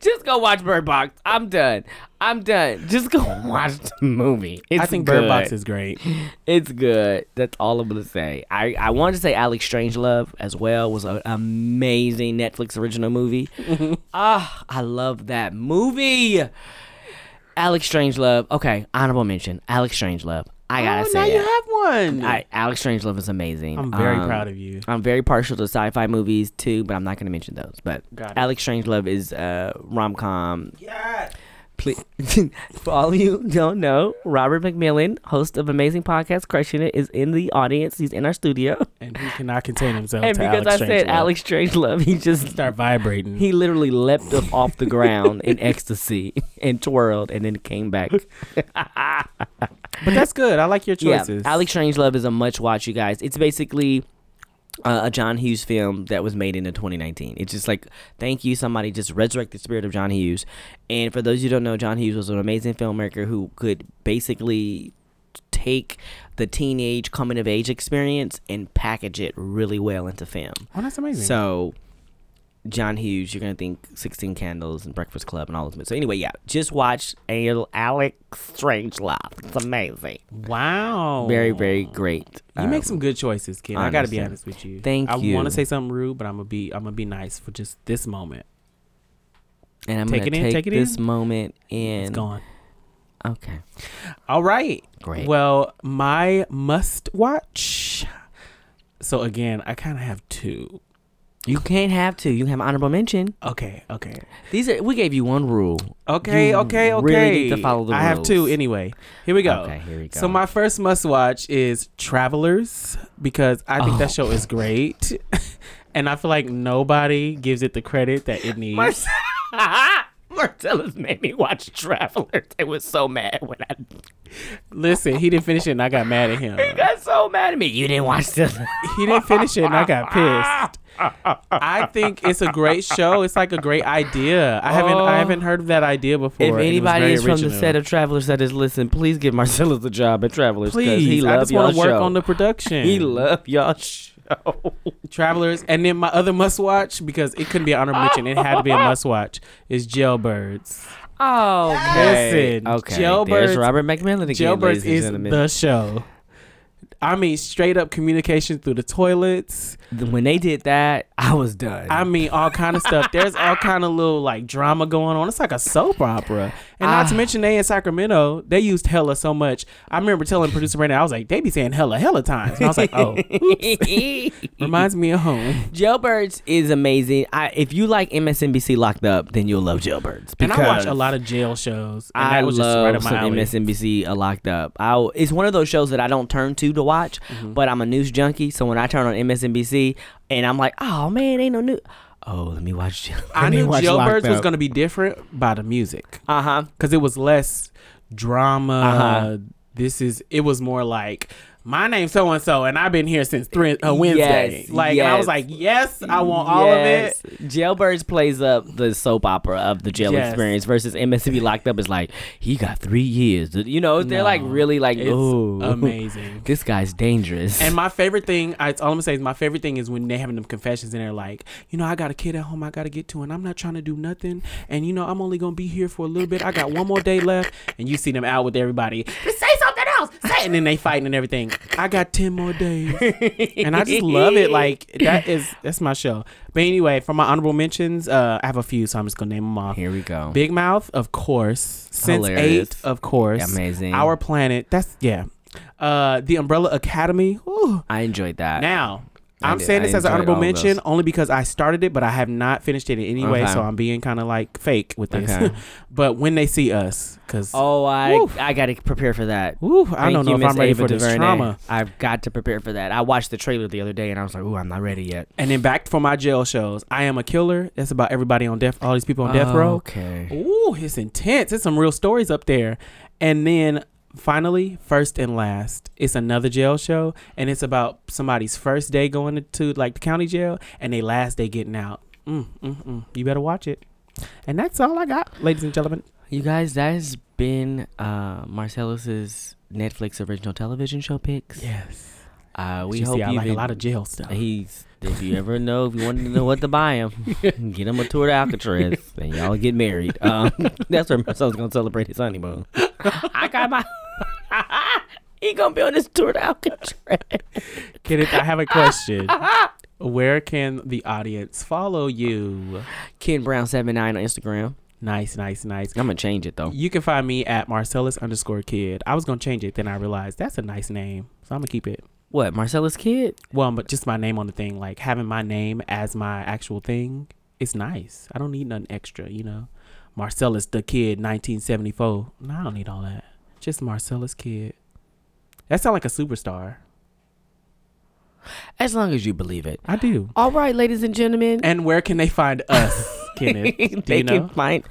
Speaker 2: Just go watch Bird Box. I'm done. I'm done. Just go <laughs> watch the movie. It's
Speaker 1: I think
Speaker 2: good.
Speaker 1: Bird Box is great.
Speaker 2: It's good. That's all I'm gonna say. I I wanted to say Alex Strangelove as well was an amazing Netflix
Speaker 1: <laughs>
Speaker 2: original movie. Ah, I love that movie. Alex Strangelove. Okay, honorable mention. Alex Strangelove. I gotta
Speaker 1: oh,
Speaker 2: say,
Speaker 1: now you
Speaker 2: it.
Speaker 1: have one.
Speaker 2: I, Alex Strangelove is amazing.
Speaker 1: I'm very
Speaker 2: Um,
Speaker 1: proud of you.
Speaker 2: I'm very partial to sci-fi movies too, but I'm not going to mention those. But
Speaker 1: Got it.
Speaker 2: Alex Strangelove is uh, rom-com. Yeah. <laughs> For all of you who don't know, Robert McMillan, host of amazing podcast Crushing It, is in the audience. He's in our studio,
Speaker 1: And he cannot contain himself.
Speaker 2: and
Speaker 1: to
Speaker 2: because
Speaker 1: Alex
Speaker 2: I said
Speaker 1: Strangelove.
Speaker 2: Alex Strangelove, he just
Speaker 1: start
Speaker 2: <laughs>
Speaker 1: vibrating.
Speaker 2: he literally leapt up off the ground
Speaker 1: <laughs>
Speaker 2: in ecstasy and twirled, and then came back.
Speaker 1: but that's good. I like your choices.
Speaker 2: Yeah, Alex Strangelove is a much watch, you guys. It's basically uh, a John Hughes film that was made in 2019. It's just like, thank you, somebody just resurrect the spirit of John Hughes. And for those who don't know, John Hughes was an amazing filmmaker who could basically take the teenage coming of age experience and package it really well into film.
Speaker 1: Oh, that's amazing.
Speaker 2: So, John Hughes, you're gonna think Sixteen Candles and Breakfast Club and all those. movies. So anyway, yeah, just watch Al- Alex Strangelove. It's amazing.
Speaker 1: wow.
Speaker 2: Very, very great.
Speaker 1: You
Speaker 2: Um,
Speaker 1: make some good choices, kid. I gotta be
Speaker 2: honestly.
Speaker 1: honest with you.
Speaker 2: Thank
Speaker 1: I
Speaker 2: you.
Speaker 1: want to say something rude, but I'm gonna be I'm gonna be nice for just this moment.
Speaker 2: and I'm
Speaker 1: take
Speaker 2: gonna
Speaker 1: it in,
Speaker 2: take
Speaker 1: take it
Speaker 2: this
Speaker 1: in.
Speaker 2: moment and
Speaker 1: It's gone.
Speaker 2: okay,
Speaker 1: All right.
Speaker 2: great.
Speaker 1: Well, my must watch. So again, I kind of have two.
Speaker 2: you can't have to. You can have honorable mention.
Speaker 1: Okay. Okay.
Speaker 2: These are we gave you one rule.
Speaker 1: Okay,
Speaker 2: You
Speaker 1: okay, okay.
Speaker 2: really need to follow the
Speaker 1: I have
Speaker 2: rules.
Speaker 1: two anyway. Here we go.
Speaker 2: Okay, here we go.
Speaker 1: So my first must watch is Travelers because I think
Speaker 2: Oh.
Speaker 1: that show is great. <laughs> and I feel like nobody gives it the credit that it needs.
Speaker 2: <laughs> Marcellus made me watch Travelers. I was so mad when I
Speaker 1: Listen, he didn't finish it and I got
Speaker 2: <laughs>
Speaker 1: mad at him.
Speaker 2: got so mad at me. You didn't watch this.
Speaker 1: He didn't finish it and I got
Speaker 2: <laughs>
Speaker 1: pissed. I think it's a great show. It's like a great idea. I haven't I haven't heard of that idea before.
Speaker 2: Oh. if
Speaker 1: and it was
Speaker 2: anybody
Speaker 1: very
Speaker 2: is from the
Speaker 1: original.
Speaker 2: set of Travelers that is listen, please give Marcellus a job at Travelers because
Speaker 1: please,
Speaker 2: he
Speaker 1: I
Speaker 2: loves
Speaker 1: just want
Speaker 2: y'all
Speaker 1: to work
Speaker 2: show.
Speaker 1: on the production.
Speaker 2: he love y'all show.
Speaker 1: Travelers, and then my other must watch because it couldn't be an honorable mention. It had to be a must watch. Is Jailbirds.
Speaker 2: <laughs> Oh,
Speaker 1: Listen,
Speaker 2: okay.
Speaker 1: Jailbirds.
Speaker 2: There's Robert McMillan again.
Speaker 1: Jailbirds
Speaker 2: ladies and
Speaker 1: is
Speaker 2: gentlemen.
Speaker 1: the show. I mean, straight up communication through the toilets.
Speaker 2: Th- when they did that, I was done. <laughs>
Speaker 1: I mean, all kind of stuff. There's all kind of little like drama going on. It's like a soap opera. And not
Speaker 2: Ah.
Speaker 1: to mention, they in Sacramento, they used hella so much. I remember telling producer Brandon, I was like, they be saying hella, hella times. And I was like,
Speaker 2: <laughs>
Speaker 1: oh, reminds me of home.
Speaker 2: Jailbirds is amazing. I, if you like MSNBC Locked Up, then you'll love Jailbirds.
Speaker 1: And I watch
Speaker 2: because
Speaker 1: a lot of jail shows. And
Speaker 2: I
Speaker 1: that was just right
Speaker 2: love
Speaker 1: up my
Speaker 2: some
Speaker 1: alley.
Speaker 2: MSNBC uh, Locked Up. I, it's one of those shows that I don't turn to to watch,
Speaker 1: Mm-hmm.
Speaker 2: but I'm a news junkie. So when I turn on MSNBC and I'm like, oh man, ain't no news. Oh, let me watch. Jail- <laughs>
Speaker 1: I knew Jailbirds was gonna be different by the music
Speaker 2: Uh huh.
Speaker 1: because it was less drama.
Speaker 2: Uh-huh.
Speaker 1: This is it was more like my name's so and so, and I've been here since three, uh, Wednesday.
Speaker 2: Yes,
Speaker 1: like, and I was
Speaker 2: yes.
Speaker 1: like, yes, I want all of it.
Speaker 2: of it. Jailbirds plays up the soap opera of the jail
Speaker 1: Yes.
Speaker 2: experience versus MSCB locked up is like he got three years. You know, they're like
Speaker 1: No,
Speaker 2: really like
Speaker 1: It's
Speaker 2: ooh,
Speaker 1: amazing.
Speaker 2: <laughs> This guy's dangerous.
Speaker 1: And my favorite thing, I, all I'm gonna say is my favorite thing is when they having them confessions and they're like, you know, I got a kid at home I gotta get to, and I'm not trying to do nothing, and you know, I'm only gonna be here for a little bit. I got one more day left, and you see them out with everybody. Just say something else, say, and then they fighting and everything. I got ten more days, and I just love it. Like that is that's my show. But anyway, for my honorable mentions, uh, I have a few, so I'm just gonna name them off.
Speaker 2: Here we go.
Speaker 1: Big Mouth, of course. Since
Speaker 2: Hilarious.
Speaker 1: eight, of course.
Speaker 2: Amazing.
Speaker 1: Our Planet. That's yeah. Uh, the Umbrella Academy. Ooh.
Speaker 2: I enjoyed that.
Speaker 1: Now,
Speaker 2: I
Speaker 1: I'm
Speaker 2: did-
Speaker 1: saying
Speaker 2: I
Speaker 1: this as an
Speaker 2: enjoyed
Speaker 1: honorable
Speaker 2: all of
Speaker 1: mention
Speaker 2: those.
Speaker 1: only because I started it, but I have not finished it in any way,
Speaker 2: Okay.
Speaker 1: so I'm being kind of like fake with this.
Speaker 2: Okay.
Speaker 1: <laughs> but when they see us, because
Speaker 2: oh, I
Speaker 1: Woof.
Speaker 2: I got to prepare for that.
Speaker 1: I don't
Speaker 2: Thank you,
Speaker 1: know if
Speaker 2: Miss
Speaker 1: I'm ready
Speaker 2: Ava
Speaker 1: for this
Speaker 2: DuVernay.
Speaker 1: trauma.
Speaker 2: I've got to prepare for that. I watched the trailer the other day and I was like, "Ooh, I'm not ready yet."
Speaker 1: And then back for my jail shows. I am a killer. That's about everybody on death. All these people on death row.
Speaker 2: Oh, Okay.
Speaker 1: Ooh, it's intense. It's some real stories up there. And then finally, first and last, it's another jail show, and it's about somebody's first day going to like the county jail and they last day getting out. Mm, mm, mm. You better watch it. And that's all I got, ladies and gentlemen.
Speaker 2: You guys, that has been uh Marcellus's Netflix original television show picks.
Speaker 1: Yes.
Speaker 2: Uh, we
Speaker 1: We you
Speaker 2: hope
Speaker 1: see, I
Speaker 2: you
Speaker 1: like a
Speaker 2: en-
Speaker 1: lot of jail stuff.
Speaker 2: He's if you ever know if you want to know what to buy <laughs> him, get him a tour to <laughs> Alcatraz and y'all get married. Um, <laughs> that's where my son's gonna celebrate his honeymoon. <laughs> I got my. <laughs> he gonna be on his tour to Alcatraz.
Speaker 1: Get it? I have a question. Where can the audience follow you?
Speaker 2: Ken Brown seven nine on Instagram.
Speaker 1: Nice, nice, nice.
Speaker 2: I'm gonna change it though.
Speaker 1: You can find me at Marcellus underscore kid. I was gonna change it, then I realized that's a nice name, so I'm gonna keep it.
Speaker 2: What Marcellus Kid?
Speaker 1: Well, but just my name on the thing, like having my name as my actual thing, it's nice. I don't need nothing extra, you know. Marcellus the Kid, 1974. No, I don't need all that. Just Marcellus Kid. That sounds like a superstar.
Speaker 2: As long as you believe it.
Speaker 1: I do.
Speaker 2: All right, ladies and gentlemen.
Speaker 1: And where can they find
Speaker 2: <laughs>
Speaker 1: us, Kenneth? Do
Speaker 2: they
Speaker 1: you know?
Speaker 2: can find.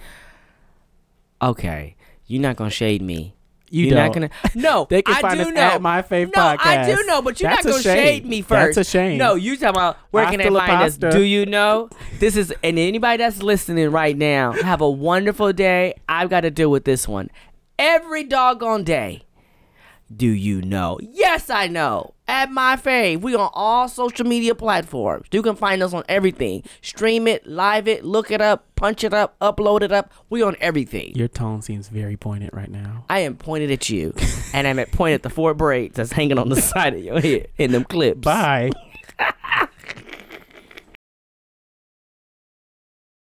Speaker 2: Okay, you're not gonna shade me.
Speaker 1: you
Speaker 2: you're
Speaker 1: don't. <laughs>
Speaker 2: not gonna. No,
Speaker 1: They can
Speaker 2: I
Speaker 1: find
Speaker 2: do
Speaker 1: us
Speaker 2: know.
Speaker 1: at My Fave
Speaker 2: no, I do
Speaker 1: Podcast.
Speaker 2: know, but you're
Speaker 1: That's
Speaker 2: not
Speaker 1: a
Speaker 2: gonna
Speaker 1: shame.
Speaker 2: shade me first.
Speaker 1: That's a shame.
Speaker 2: No, you talking about where
Speaker 1: Hasta
Speaker 2: can they
Speaker 1: la
Speaker 2: find us?
Speaker 1: pasta.
Speaker 2: Do you know? This is and anybody that's listening right now, have a wonderful day. I've got to deal with this one every doggone day. Do you know? Yes, I know. At my fave, we on all social media platforms. You can find us on everything. Stream it, live it, look it up, punch it up, upload it up. We on everything.
Speaker 1: Your tone seems very poignant right now.
Speaker 2: I am pointed <laughs> at you, and I'm at point at the four braids that's hanging on the side of your head in them clips.
Speaker 1: Bye.